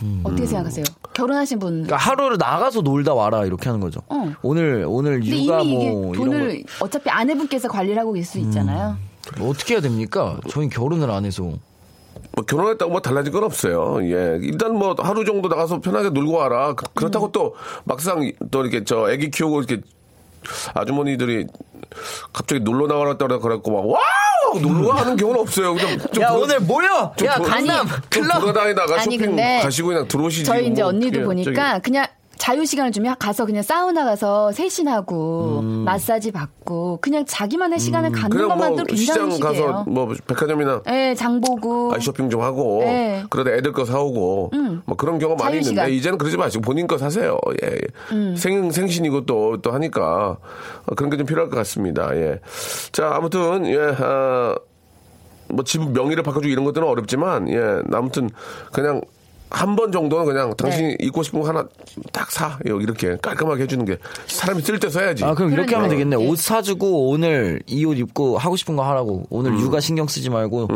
음.
어떻게 생각하세요? 결혼하신 분
아,
그러니까 하루를 나가서 놀다 와라 이렇게 하는 거죠.
어.
오늘 오늘
근데
육아
이미
뭐
이게
이런
돈을 어차피 아내분께서 관리를 하고 계실 수 있잖아요.
거뭐 어떻게 해야 됩니까? 저희 결혼을 안 해서
뭐 결혼했다고 뭐 달라질 건 없어요. 예. 일단 뭐 하루 정도 나가서 편하게 놀고 와라. 그- 그렇다고 또 막상 또 이렇게 저 애기 키우고 이렇게 아주머니들이 갑자기 놀러 나가라고 그래갖고 막 와우! 놀러 가는 경우는 없어요. 그냥 좀
야
돌아-
오늘 모여.
좀
야
돌아-
강남
좀
클럽.
돌아다니다가
아니,
쇼핑
근데
가시고 그냥 들어오시지.
저희 이제
뭐
언니도
어떡해.
보니까 그냥 자유 시간을 주면 가서 그냥 사우나 가서 세신하고 마사지 받고 그냥 자기만의 시간을
저기
갖는
음. 그냥 뭐
것만도
시장
굉장히
가서
시대예요.
뭐 백화점이나
예, 장 보고
아이 쇼핑 좀 하고
네. 음.
그러다 애들 거 사오고 뭐 그런 경우 많이 있는데
자유시간. 음.
이제는 그러지 마시고 본인 거 사세요. 예. 예. 생 생신이고 또 또 하니까 어, 그런 게 좀 필요할 것 같습니다. 예. 자 아무튼 예. 아, 뭐집 명의를 바꿔주고 이런 것들은 어렵지만 예. 아무튼 그냥 한 번 정도는 그냥
네.
당신이 입고 싶은 거 하나 딱 사. 예, 이렇게 깔끔하게 해주는 게 사람이 쓸 때 써야지.
아 그럼 이렇게 하면 되겠네.
예.
옷 사주고 오늘 이 옷 입고 하고 싶은 거 하라고. 오늘
음.
육아 신경 쓰지 말고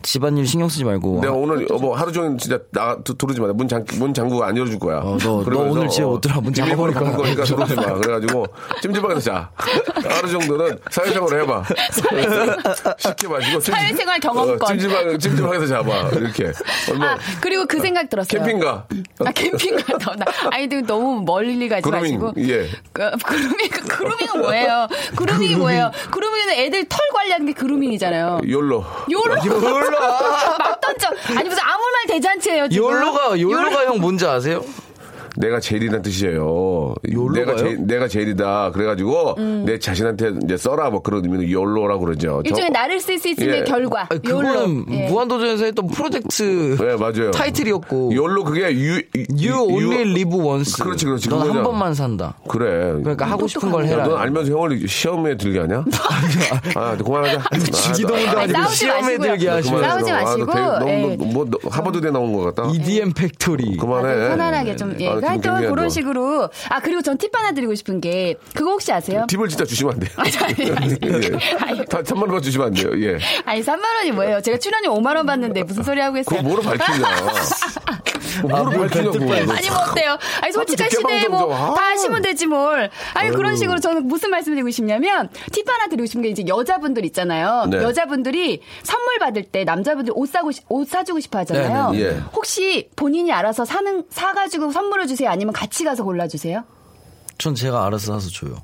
집안일 신경 쓰지 말고. 아,
내가 오늘 뭐 하루 종일 진짜 나 들어오지 마. 문 잠 문 잠그고 안 열어줄 거야.
어, 너- 너 오늘 진짜 못 들어와. 문 잠궈버릴 거야.
니까 들어오지 마. 그래가지고 찜질방에서 자. 하루 정도는 사회생활을 해봐. 쉽게 마시고 찜-
사회생활 경험권.
찜질방 찜질방에서 잡아 이렇게. 얼마
아 그리고 그 생각 들었어요.
뭐 캠핑가.
아 캠핑 갔다 온다. 아니 근데 너무 멀리 가지
그루밍,
마시고.
예.
그, 그루밍 그 그루밍은 뭐예요? 그루밍이 뭐예요? 그루밍은 애들 털 관리하는 게 그루밍이잖아요.
욜로.
요로
욜로.
막 던져. 아니 무슨 아무 말 대잔치예요 지금.
욜로가 욜로가
요로-
형 뭔지 아세요?
내가 제일이란 뜻이에요.
욜로가요?
내가 제, 내가 제일이다. 그래가지고 내 자신한테 이제 써라 뭐 그런 의미로 욜로라고 그러죠.
음. 일종의 나를 쓸 수 있는
예.
결과.
아니,
요런.
그거는
예.
무한도전에서 했던 프로젝트
네, 맞아요.
타이틀이었고
욜로 그게 유,
You only live once.
그렇지, 그렇지.
넌 한
그거잖아.
번만 산다.
그래.
그러니까 하고 싶은 걸
야,
해라.
넌 알면서 형을 시험에 들게 하냐? 아, 그만하자.
지도문도
아, 나-
아니고
싸우지
시험에
마시고요.
들게 하시고 음.
그만해,
싸우지
너. 아, 너
마시고,
되게-
예.
너무 뭐, 너 하버드대 나온 것 같다.
EDM 팩토리.
그만해.
편안하게 좀
아,
예.
지금
하여튼
굉장히
그런
뭐-
식으로 아 그리고 전 팁 하나 드리고 싶은 게 그거 혹시 아세요?
팁을 진짜 주시면 안 돼요. 예. 다 3만 원만 주시면 안 돼요. 예.
아니 3만 원이 뭐예요? 제가 출연료 5만 원 받는데 무슨 소리 하고
그거
있어요?
뭐로 밝히냐.
아,
뭐로 밝히냐고.
아니 뭐 어때요? 아니 솔직한
듣게
시대에 뭐
방정정.
다
아.
하시면 되지 뭘. 아니 그런
아유.
식으로 저는 무슨 말씀드리고 싶냐면 팁 하나 드리고 싶은 게 이제 여자분들 있잖아요.
네.
여자분들이 선물 받을 때 남자분들 옷 사고 싶- 옷 사주고 싶어 하잖아요.
네, 네, 네.
혹시 본인이 알아서 사는 사가지고 선물을 주세요? 아니면 같이 가서 골라 주세요?
전 제가 알아서 사서 줘요.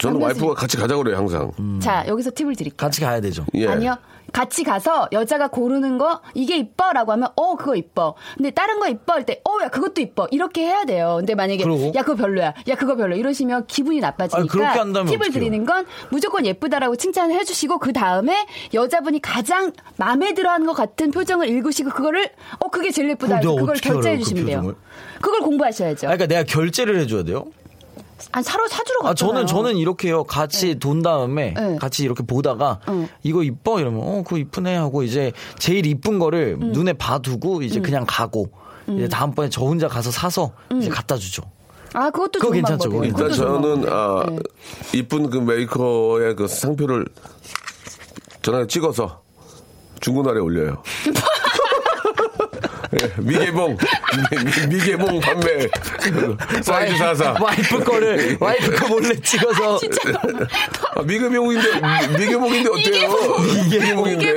저는 와이프가 같이 가자고 그래요, 항상.
자 여기서 팁을 드릴게요.
같이 가야 되죠.
예.
음. 아니요. 같이 가서 여자가 고르는 거 이게 이뻐라고 하면 어 그거 이뻐. 근데 다른 거 이뻐 할 때 어 야 그것도 이뻐 이렇게 해야 돼요. 근데 만약에
그러고?
야 그거 별로야. 야 그거 별로 이러시면 기분이 나빠지니까
아니, 그렇게 한다면
팁을
어떡해요?
드리는 건 무조건 예쁘다라고 칭찬을 해주시고 그 다음에 여자분이 가장 마음에 들어하는 것 같은 표정을 읽으시고 그거를 어 그게 제일 예쁘다 해서
근데
그걸
어떻게
결제해
알아요, 그
주시면 돼요.
표정을?
그걸 공부하셔야죠.
아, 그러니까 내가 결제를 해줘야 돼요?
아니 사러 사주러
아, 저는,
갔잖아요.
저는 이렇게요. 같이 돈 다음에
네. 어.
같이 이렇게 보다가 이거 이뻐? 이러면 어, 그거 이쁘네 하고 이제 제일 이쁜 거를
음.
눈에 봐두고 이제 그냥 가고 이제 다음번에 저 혼자 가서 사서
음.
이제 갖다 주죠.
아 그것도
그거
좋은
괜찮죠,
방법이에요.
그거.
일단
그것도 좋은
그러니까 저는
방법이에요.
아
네.
이쁜 그 메이커의 그 상표를 전화를 찍어서 중고날에 올려요. 예, 미개봉 미, 개봉 판매 사이즈 사사
와이프 거를, 와이프 거 몰래 찍어서.
아, 미개봉인데 미- 미개봉인데 어때요? 미개봉인데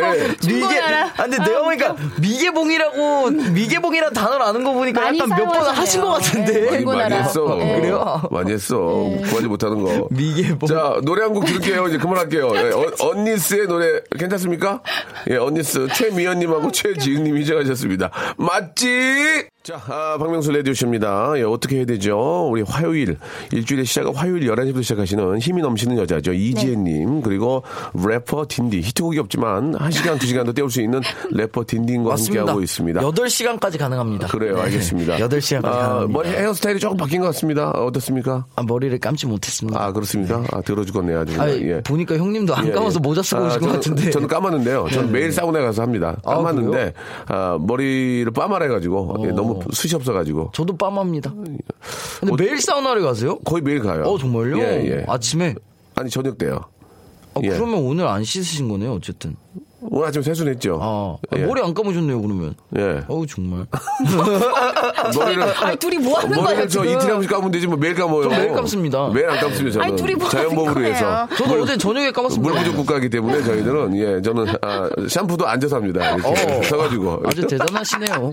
미개, 아, 근데 내가 보니까 미개봉이라고, 미개봉이란 단어를 아는 거 보니까
음. 많이
약간 몇 번
사용하셨네요.
하신 것 같은데.
많이, 많이
중고나라.
했어.
예. 그래요? 예.
많이 했어. 구하지 못하는 거.
미개봉. 뭐.
자, 노래 한 곡 들을게요. 이제 그만할게요. 예, 어- 언니스의 노래 괜찮습니까? 예, 언니스
아,
최미연님하고 최지은님이 시작하셨습니다. 맞지? 자, 아, 박명수 레디오쇼입니다. 예, 어떻게 해야 되죠? 우리 화요일, 일주일의 시작은 화요일 11시부터 시작하시는 힘이 넘치는
네.
여자죠. 이지혜님, 그리고 래퍼 딘디. 히트곡이 없지만 1시간, 2시간도 때울 수 있는 래퍼 딘딘과 함께하고 있습니다.
8시간까지 가능합니다. 네.
그래요, 알겠습니다.
8시간까지
아,
가능합니다.
머리 헤어스타일이 조금 바뀐 것 같습니다. 아, 어떻습니까?
아, 머리를 감지 못했습니다.
아, 그렇습니까? 아, 들어 죽었네요. 아주.
아,
그냥. 예.
보니까 형님도 안
예,
감아서
예.
모자 쓰고
아,
오신 것
저는-
같은데. 네.
저는 까마는데요. 저는 매일 사우나에 가서 합니다.
아, 어.
까마는데, 아, 머리를 빠말해가지고, 예, 너무 숱이 없어가지고.
저도 빰합니다.
아, 예.
근데 매일 사우나를 가세요?
거의 매일 가요.
어, 정말요?
어, 예, 예.
아침에?
아니, 저녁 때요.
아,
예.
그러면 오늘 안 씻으신 거네요, 어쨌든.
오늘 아침 세수는 했죠.
아, 아,
예.
머리 안 감으셨네요, 그러면.
예.
어우, 정말.
머리를.
아니 둘이 뭐 하는 거예요
머리를 저
지금?
이틀에 한 번씩 감으면 되지, 뭐 매일 감아요.
저 매일 감습니다.
매일 안 감습니다, 저는.
아니, 둘이 뭐 하는
자연법으로
거예요?
해서.
저도 어제 저녁에 감았습니다.
물 부족 국가이기
네.
때문에 저희들은 예 저는 아, 샴푸도 앉아서 합니다. 이렇게 서가지고
어. 아주 대단하시네요.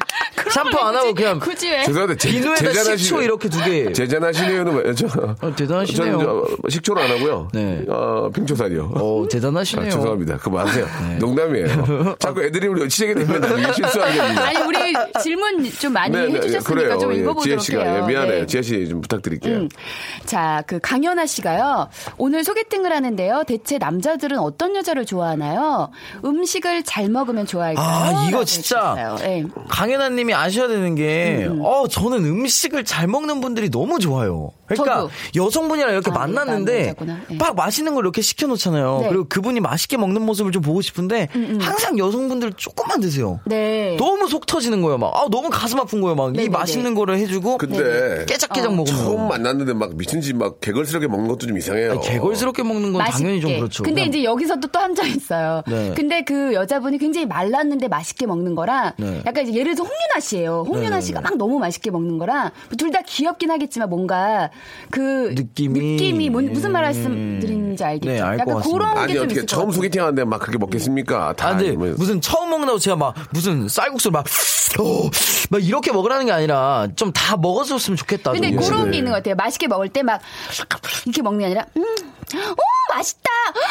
샴푸 안 하고 그냥
굳이 왜?
죄송한데 제,
비누에다
제자나시-
식초 이렇게 두 개.
제자나시네요는 뭐- 저
어, 대단하시네요.
저는 저 식초로 안 하고요.
네.
어, 빙초살이요.
어,
아,
대단하시네요. 네.
죄송합니다. 그만하세요. 농담이에요. 자꾸 애드립을 치게 되면 나중에 실수하게 됩니다.
아니 우리 질문 좀 많이
네, 네,
해주셨으니까
그래요.
좀
예,
읽어보도록
지혜 씨가
해요.
예, 미안해요.
네.
지혜 씨 좀 부탁드릴게요.
음.
자, 그 강연아 씨가요. 오늘 소개팅을 하는데요. 대체 남자들은 어떤 여자를 좋아하나요? 음식을 잘 먹으면 좋아할까요?
아, 이거
라고
진짜.
해주셨어요. 예.
강혜나 님이 아셔야 되는 게,
음.
어, 저는 음식을 잘 먹는 분들이 너무 좋아요. 그러니까
저도.
여성분이랑 이렇게
아,
만났는데,
남자구나. 예.
막 맛있는 걸 이렇게 시켜놓잖아요.
네. 음,
그리고 그분이 맛있게 먹는 모습을 좀 보고 싶은데, 항상 여성분들 조금만 드세요.
네.
너무 속 터지는 거예요. 막, 아, 너무 가슴 아픈 거예요. 막, 이
네네네. 어.
맛있는 거를 해주고,
근데
네, 깨작깨작 먹으면.
처음 만났는데 막 미친 듯이 막 개걸스럽게 먹는 것도 좀 이상해요.
아니, 개걸스럽게 먹는 건 당연히 좀 그렇죠.
근데
그냥
이제 여기서 또 한 장 있어요.
네.
근데 그 여자분이 굉장히 말랐는데 맛있게 먹는 거랑
네.
약간 이제 예를 들어 서 홍윤아 씨예요. 홍윤아
네,
씨가 막 너무 맛있게 먹는 거랑 둘 다 귀엽긴 하겠지만 뭔가 그
느낌이-
뭔- 무슨
음.
말 말씀드리는지 알겠죠.
네, 알것
약간
같습니다.
그런
아니
게 좀
어떻게
있을 것
처음
같아요.
소개팅 하는데 막 그렇게 먹겠습니까? 다
아, 근데
아니면- 뭐.
무슨 처음 먹는다고 제가 막 무슨 쌀국수 막, 어, 막 이렇게 먹으라는 게 아니라 좀 다 먹어줬으면 좋겠다.
근데
좀.
그런
네.
게 있는 것 같아요. 맛있게 먹을 때 막 이렇게 먹는 게 아니라 음, 오 맛있다,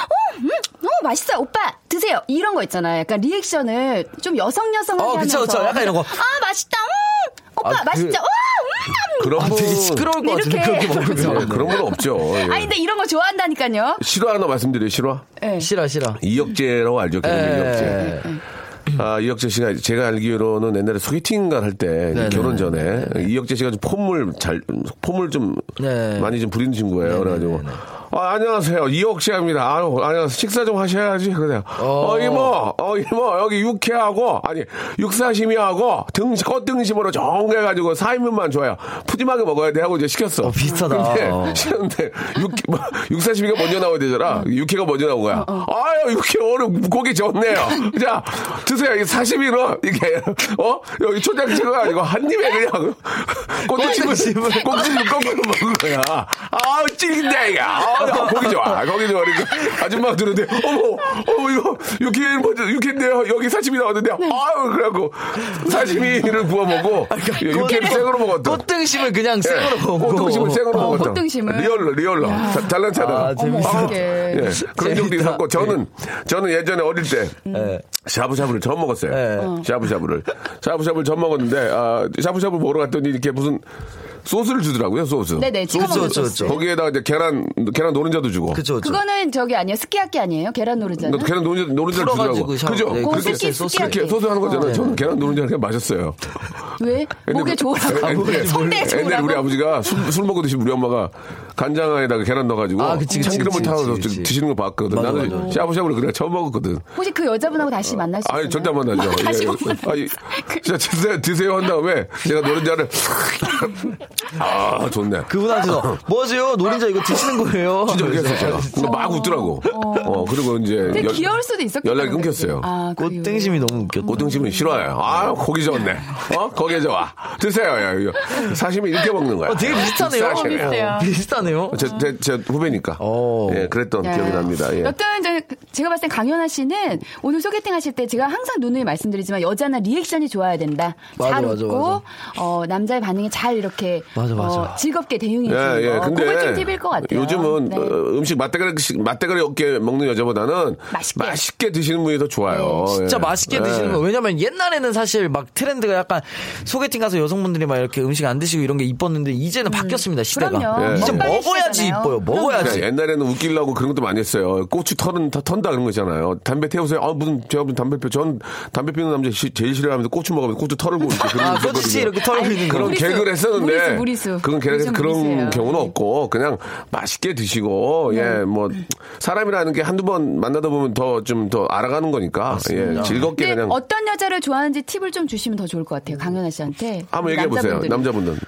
오, 음, 오 맛있어, 오빠 드세요. 이런 거 있잖아요. 약간 리액션을 좀 여성 여성하게
어, 그쵸,
하면서
그쵸. 약간 이런 거.
아 맛있다, 음, 오빠
아, 그-
맛있죠, 와, 음,
그런
아,
분
되게 시끄러울 것 같은데
이렇게
그렇게
예,
먹으면
그런 건 없죠. 예.
아니 근데 이런 거 좋아한다니까요.
실화 하나 말씀드려요. 실화
예.
싫어 싫어.
이혁재라고 알죠.
예.
개그맨 이혁재. 아, 이혁재 씨가 제가 알기로는 옛날에 소개팅을 할 때
네네.
결혼 전에 이혁재 씨가 좀 폼을 잘 폼을 좀
네.
많이 좀 부리는 친구예요. 그래가지고 아, 안녕하세요 이혁재입니다. 아, 안녕하세요 식사 좀 하셔야지 그래요.
어.
어. 이모, 어 이모 여기 육회하고 아니 육사심이하고 등 겉등심으로 정해가지고 4인분만 줘요. 푸짐하게 먹어야 돼 하고 이제 시켰어.
어, 비슷하다. 어.
근데 시켰는데 육 육사심이가 먼저 나와야 되잖아. 육회가 먼저 나온
어,
거야. 아유 육회 오늘 고기 좋네요. 자 드세요. 이 사시미로 이게 어 여기 초장찌개가 아니고 한 입에 그냥 꼬치찜을 꼬치찜 꺾어서 먹은 거야. 아우 찔긴데 이거. 아우 고기 좋아. 고기 좋아. 그러니까 아줌마 들는데 어머 어머 이거 육회 먼저 육회인데요. 여기 사시미 나왔는데
네.
아유 그래갖고 사시미를 구워 먹고 육회를 생으로 먹었다.
꽃등심을 아, 그러니까 그냥 생으로 먹고.
꽃등심을 예. 생으로
어,
먹었다.
꽃등심을.
리얼로 리얼로 자- 잘난 차다.
아, 재밌어.
어머,
예,
어떡해.
그런 적도
재밌다.
있었고 저는 저는 예전에 어릴 때
예.
샤브샤브를 전 먹었어요.
예.
샤브샤브를 샤브샤브를 전 먹었는데 아, 샤브샤브 먹으러 갔더니 이렇게 무슨 소스를 주더라고요 소스.
네네 찍어
소스,
먹는
소스.
소스.
거기에다가 이제 계란 계란 노른자도 주고.
그쵸 그쵸.
그거는 저기 아니에요. 스키야키 아니에요? 계란 노른자는.
너 계란 노른자 노른자를 주더라고.
풀어가지고 샤브-
그죠?
네,
그렇게-
고수 끼- 소스.
그렇게 소스 하는 거잖아요. 저는 계란 노른자를 그냥 마셨어요.
왜?
뭐,
목에 좋으라고.
그 아, 옛날에-
성대에
옛날에 우리
좋으라고.
아버지가 술, 술 먹고 드시면 우리 엄마가 간장에다가 계란 넣어가지고
아, 그치, 그치,
참기름을
그치,
타서
그치, 그치.
드시는 걸 봤거든.
맞아,
나는
맞아.
샤브샤브를 그냥 처음 먹었거든.
혹시 그 여자분하고 다시 만날 수 있어요?
아니 절대 안 만나죠.
다시
예,
못그
예. 아니, 진짜 드세요, 드세요 한 다음에 제가 노른자를 아 좋네.
그분한테서 아, 뭐세요? 노린자 이거 드시는 거예요?
진짜 그랬어 제가. 근데 막 웃더라고. 어 그리고 이제
되게
연-
귀여울 수도 있었겠다.
연락이 끊겼어요.
아, 그 이후에.
꽃등심이 너무 웃겼다.
고등심은 싫어요. 아 고기 좋네. 어 거기에 좋아. 드세요. 야, 이거. 사시미 이렇게 먹는 거야.
어, 되게 비슷하네요.
사시미.
어, 비슷하네요.
제, 제, 제 후배니까.
오.
예, 그랬던
야.
기억이 납니다. 예.
여튼 저- 제가 봤을 땐 강연아 씨는 오늘 소개팅 하실 때 제가 항상 누누이 말씀드리지만 여자는 리액션이 좋아야 된다.
맞아,
잘
맞아,
웃고 어, 남자의 반응에 잘 이렇게
맞아, 맞아.
어, 즐겁게 대응해 주는
예, 예.
거. 그걸 좀 어, 팁일 것 같아요.
요즘은
네.
어, 음식 맛대가리, 맛대가리 없게 먹는 여자보다는
맛있게. 네.
드시는 분이 더 좋아요.
진짜
예.
맛있게
예.
드시는 거. 왜냐면 옛날에는 사실 막 트렌드가 약간 소개팅 가서 여성분들이 막 이렇게 음식 안 드시고 이런 게 이뻤는데 이제는 바뀌었습니다 시대가.
음, 그럼요.
예.
이제
먹방의
먹어야지
시대잖아요.
이뻐요. 먹어야지.
그러니까 옛날에는 웃기려고 그런 것도 많이 했어요. 고추 털은 다 턴다 그런 거잖아요. 담배 태우세요. 아 무슨 제가 무슨 담배 피워. 전 담배 피우는 남자 시- 제일 싫어하면서 고추 먹으면 고추 털을 고게
아, 꽃이 이렇게 털고
그러니까 네.
있는
그런
거.
무리수,
개그를 했었는데
무리수, 무리수.
그건 개그에서
요즘
그런
무리수예요. 네.
경우는 없고 그냥 맛있게 드시고 예 뭐 사람이라는 게 한두 번 만나다 보면 더 좀 더 알아가는 거니까 예 즐겁게
근데
그냥
네, 어떤 여자를 좋아하는지 팁을 좀 주시면 더 좋을 것 같아요. 강연아 씨한테.
한번 얘기해 보세요
남자분들이.
남자분들
음.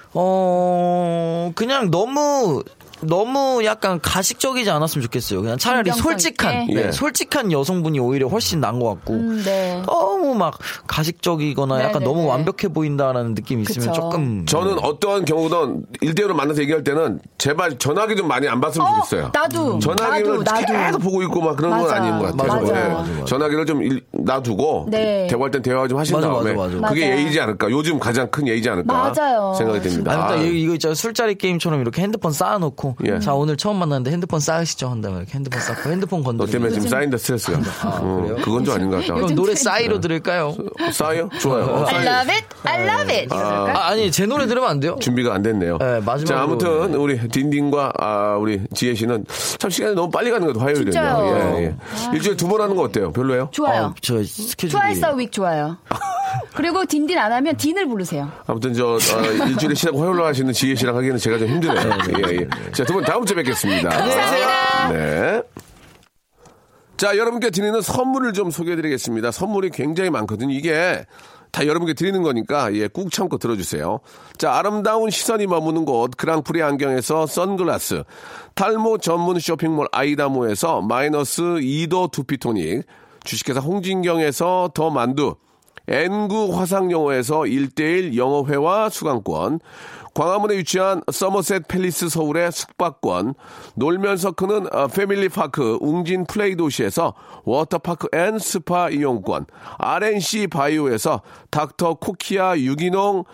어, 그냥 너무 너무 약간 가식적이지 않았으면 좋겠어요. 그냥 차라리
진정성
솔직한
있게.
네,
예.
솔직한 여성분이 오히려 훨씬 나은 것 같고
음, 네.
너무 막 가식적이거나 약간
네네네.
너무 완벽해 보인다라는 느낌이 있으면
그쵸.
조금
저는 어떠한 경우든 일대일로 만나서 얘기할 때는 제발 전화기 좀 많이 안 봤으면
어,
좋겠어요.
나도.
전화기를
나도, 나도.
계속 보고 있고 막 그런 건
맞아.
아닌 것 같아요.
맞아.
예.
맞아,
맞아, 맞아.
전화기를 좀 일- 놔두고
네.
대화할 땐 대화 좀 하신
맞아,
다음에
맞아, 맞아.
그게
맞아.
예의지 않을까. 요즘 가장 큰 예의지 않을까
맞아요.
생각이 듭니다.
음. 아니, 딱
아.
이거, 이거 있잖아요. 술자리 게임처럼 이렇게 핸드폰 쌓아놓고.
예.
자, 오늘 처음 만났는데 핸드폰 쌓으시죠. 한 다음에 이렇게 핸드폰 쌓고 핸드폰
너
건드리고.
때문에 지금 쌓인다 스트레스가.
아,
음, 그건 좀 아닌 것 같다.
그럼 노래 싸이로 들을까요?
싸요? 좋아요. 어,
I
싸요.
love it, I love it. 이럴까요?
아, 아니, 제 노래 들으면 안 돼요?
준비가 안 됐네요.
네, 마지막으로.
자, 아무튼 우리 딘딘과 아, 우리 지혜 씨는 참 시간이 너무 빨리 가는 것 같아요. 화요일에요.
진짜요. 아.
예, 예. 일주일에 두 번 하는 거 어때요? 별로예요?
좋아요.
아, 저 스케줄이.
트와이스 어 윅 좋아요. 그리고 딘딘 안 하면 딘을 부르세요.
아무튼 저 아, 일주일에 시작 화요일로 하시는 지혜 씨랑 하기에는 제가 좀 힘드네요. 예, 예. 자, 두 분 다음 주에 뵙겠습니다. 감사합니다. 네. 자, 여러분께 드리는 선물을 좀 소개해드리겠습니다. 선물이 굉장히 많거든요. 이게 다 여러분께 드리는 거니까 예, 꾹 참고 들어주세요. 자, 아름다운 시선이 머무는 곳 그랑프리 안경에서 선글라스, 탈모 전문 쇼핑몰 아이다모에서 마이너스 2도 두피토닉, 주식회사 홍진경에서 더 만두. N구 화상영어에서 1대1 영어회화 수강권, 광화문에 위치한 서머셋 팰리스 서울의 숙박권, 놀면서 크는 어, 패밀리파크 웅진 플레이 도시에서 워터파크 앤 스파 이용권, RNC 바이오에서 닥터 코키아 유기농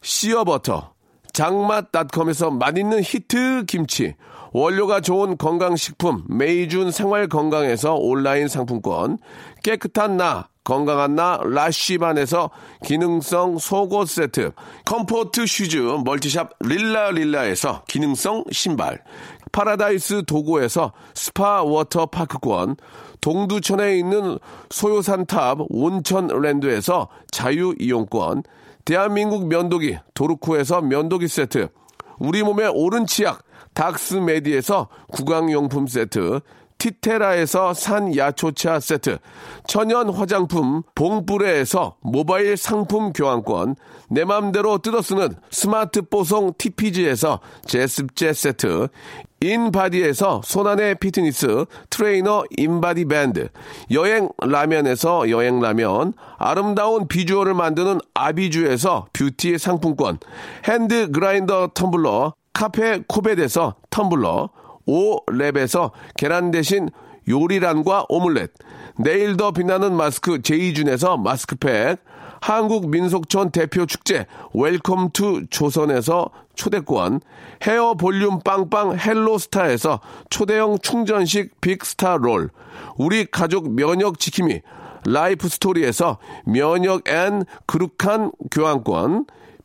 시어버터, 장맛닷컴에서 맛있는 히트 김치, 원료가 좋은 건강식품 메이준 생활건강에서 온라인 상품권 깨끗한 나 건강한 나 라쉬반에서 기능성 속옷 세트 컴포트 슈즈 멀티샵 릴라릴라에서 기능성 신발 파라다이스 도고에서 스파 워터 파크권, 동두천에 있는 소요산탑 온천랜드에서 자유 이용권, 대한민국 면도기 도르코에서 면도기 세트, 우리 몸의 오른 치약 닥스메디에서 구강용품 세트, 티테라에서 산 야초차 세트, 천연 화장품 봉뿌레에서 모바일 상품 교환권, 내 맘대로 뜯어쓰는 스마트 뽀송 TPG에서 제습제 세트, 인바디에서 손안의 피트니스 트레이너 인바디 밴드, 여행 라면에서 여행 라면, 아름다운 비주얼을 만드는 아비주에서 뷰티 상품권, 핸드 그라인더 텀블러, 카페 코베에서 텀블러, 오랩에서 계란 대신 요리란과 오믈렛, 내일 더 빛나는 마스크 제이준에서 마스크팩, 한국민속촌 대표 축제 웰컴 투 조선에서 초대권, 헤어 볼륨 빵빵 헬로스타에서 초대형 충전식 빅스타 롤, 우리 가족 면역 지킴이 라이프 스토리에서 면역 앤 그룹칸 교환권,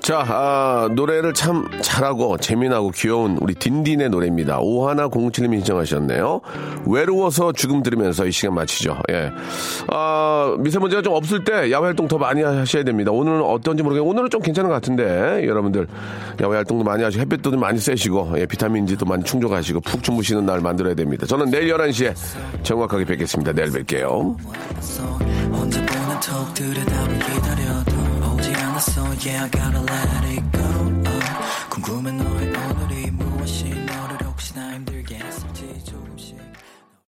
자, 아, 노래를 참 잘하고 재미나고 귀여운 우리 딘딘의 노래입니다. 오하나 07님이 신청하셨네요. 외로워서 죽음 들으면서 이 시간 마치죠. 예. 아, 미세먼지가 좀 없을 때 야외 활동 더 많이 하셔야 됩니다. 오늘은 어떤지 모르겠는데 오늘은 좀 괜찮은 것 같은데 여러분들 야외 활동도 많이 하시고 햇빛도 좀 많이 쐬시고 예, 비타민지도 많이 충족하시고 푹 주무시는 날 만들어야 됩니다. 저는 내일 11시에 정확하게 뵙겠습니다. 내일 뵐게요.
언제보나 톡 들여다보면 기다려도 오지 않았어 Yeah I gotta let it go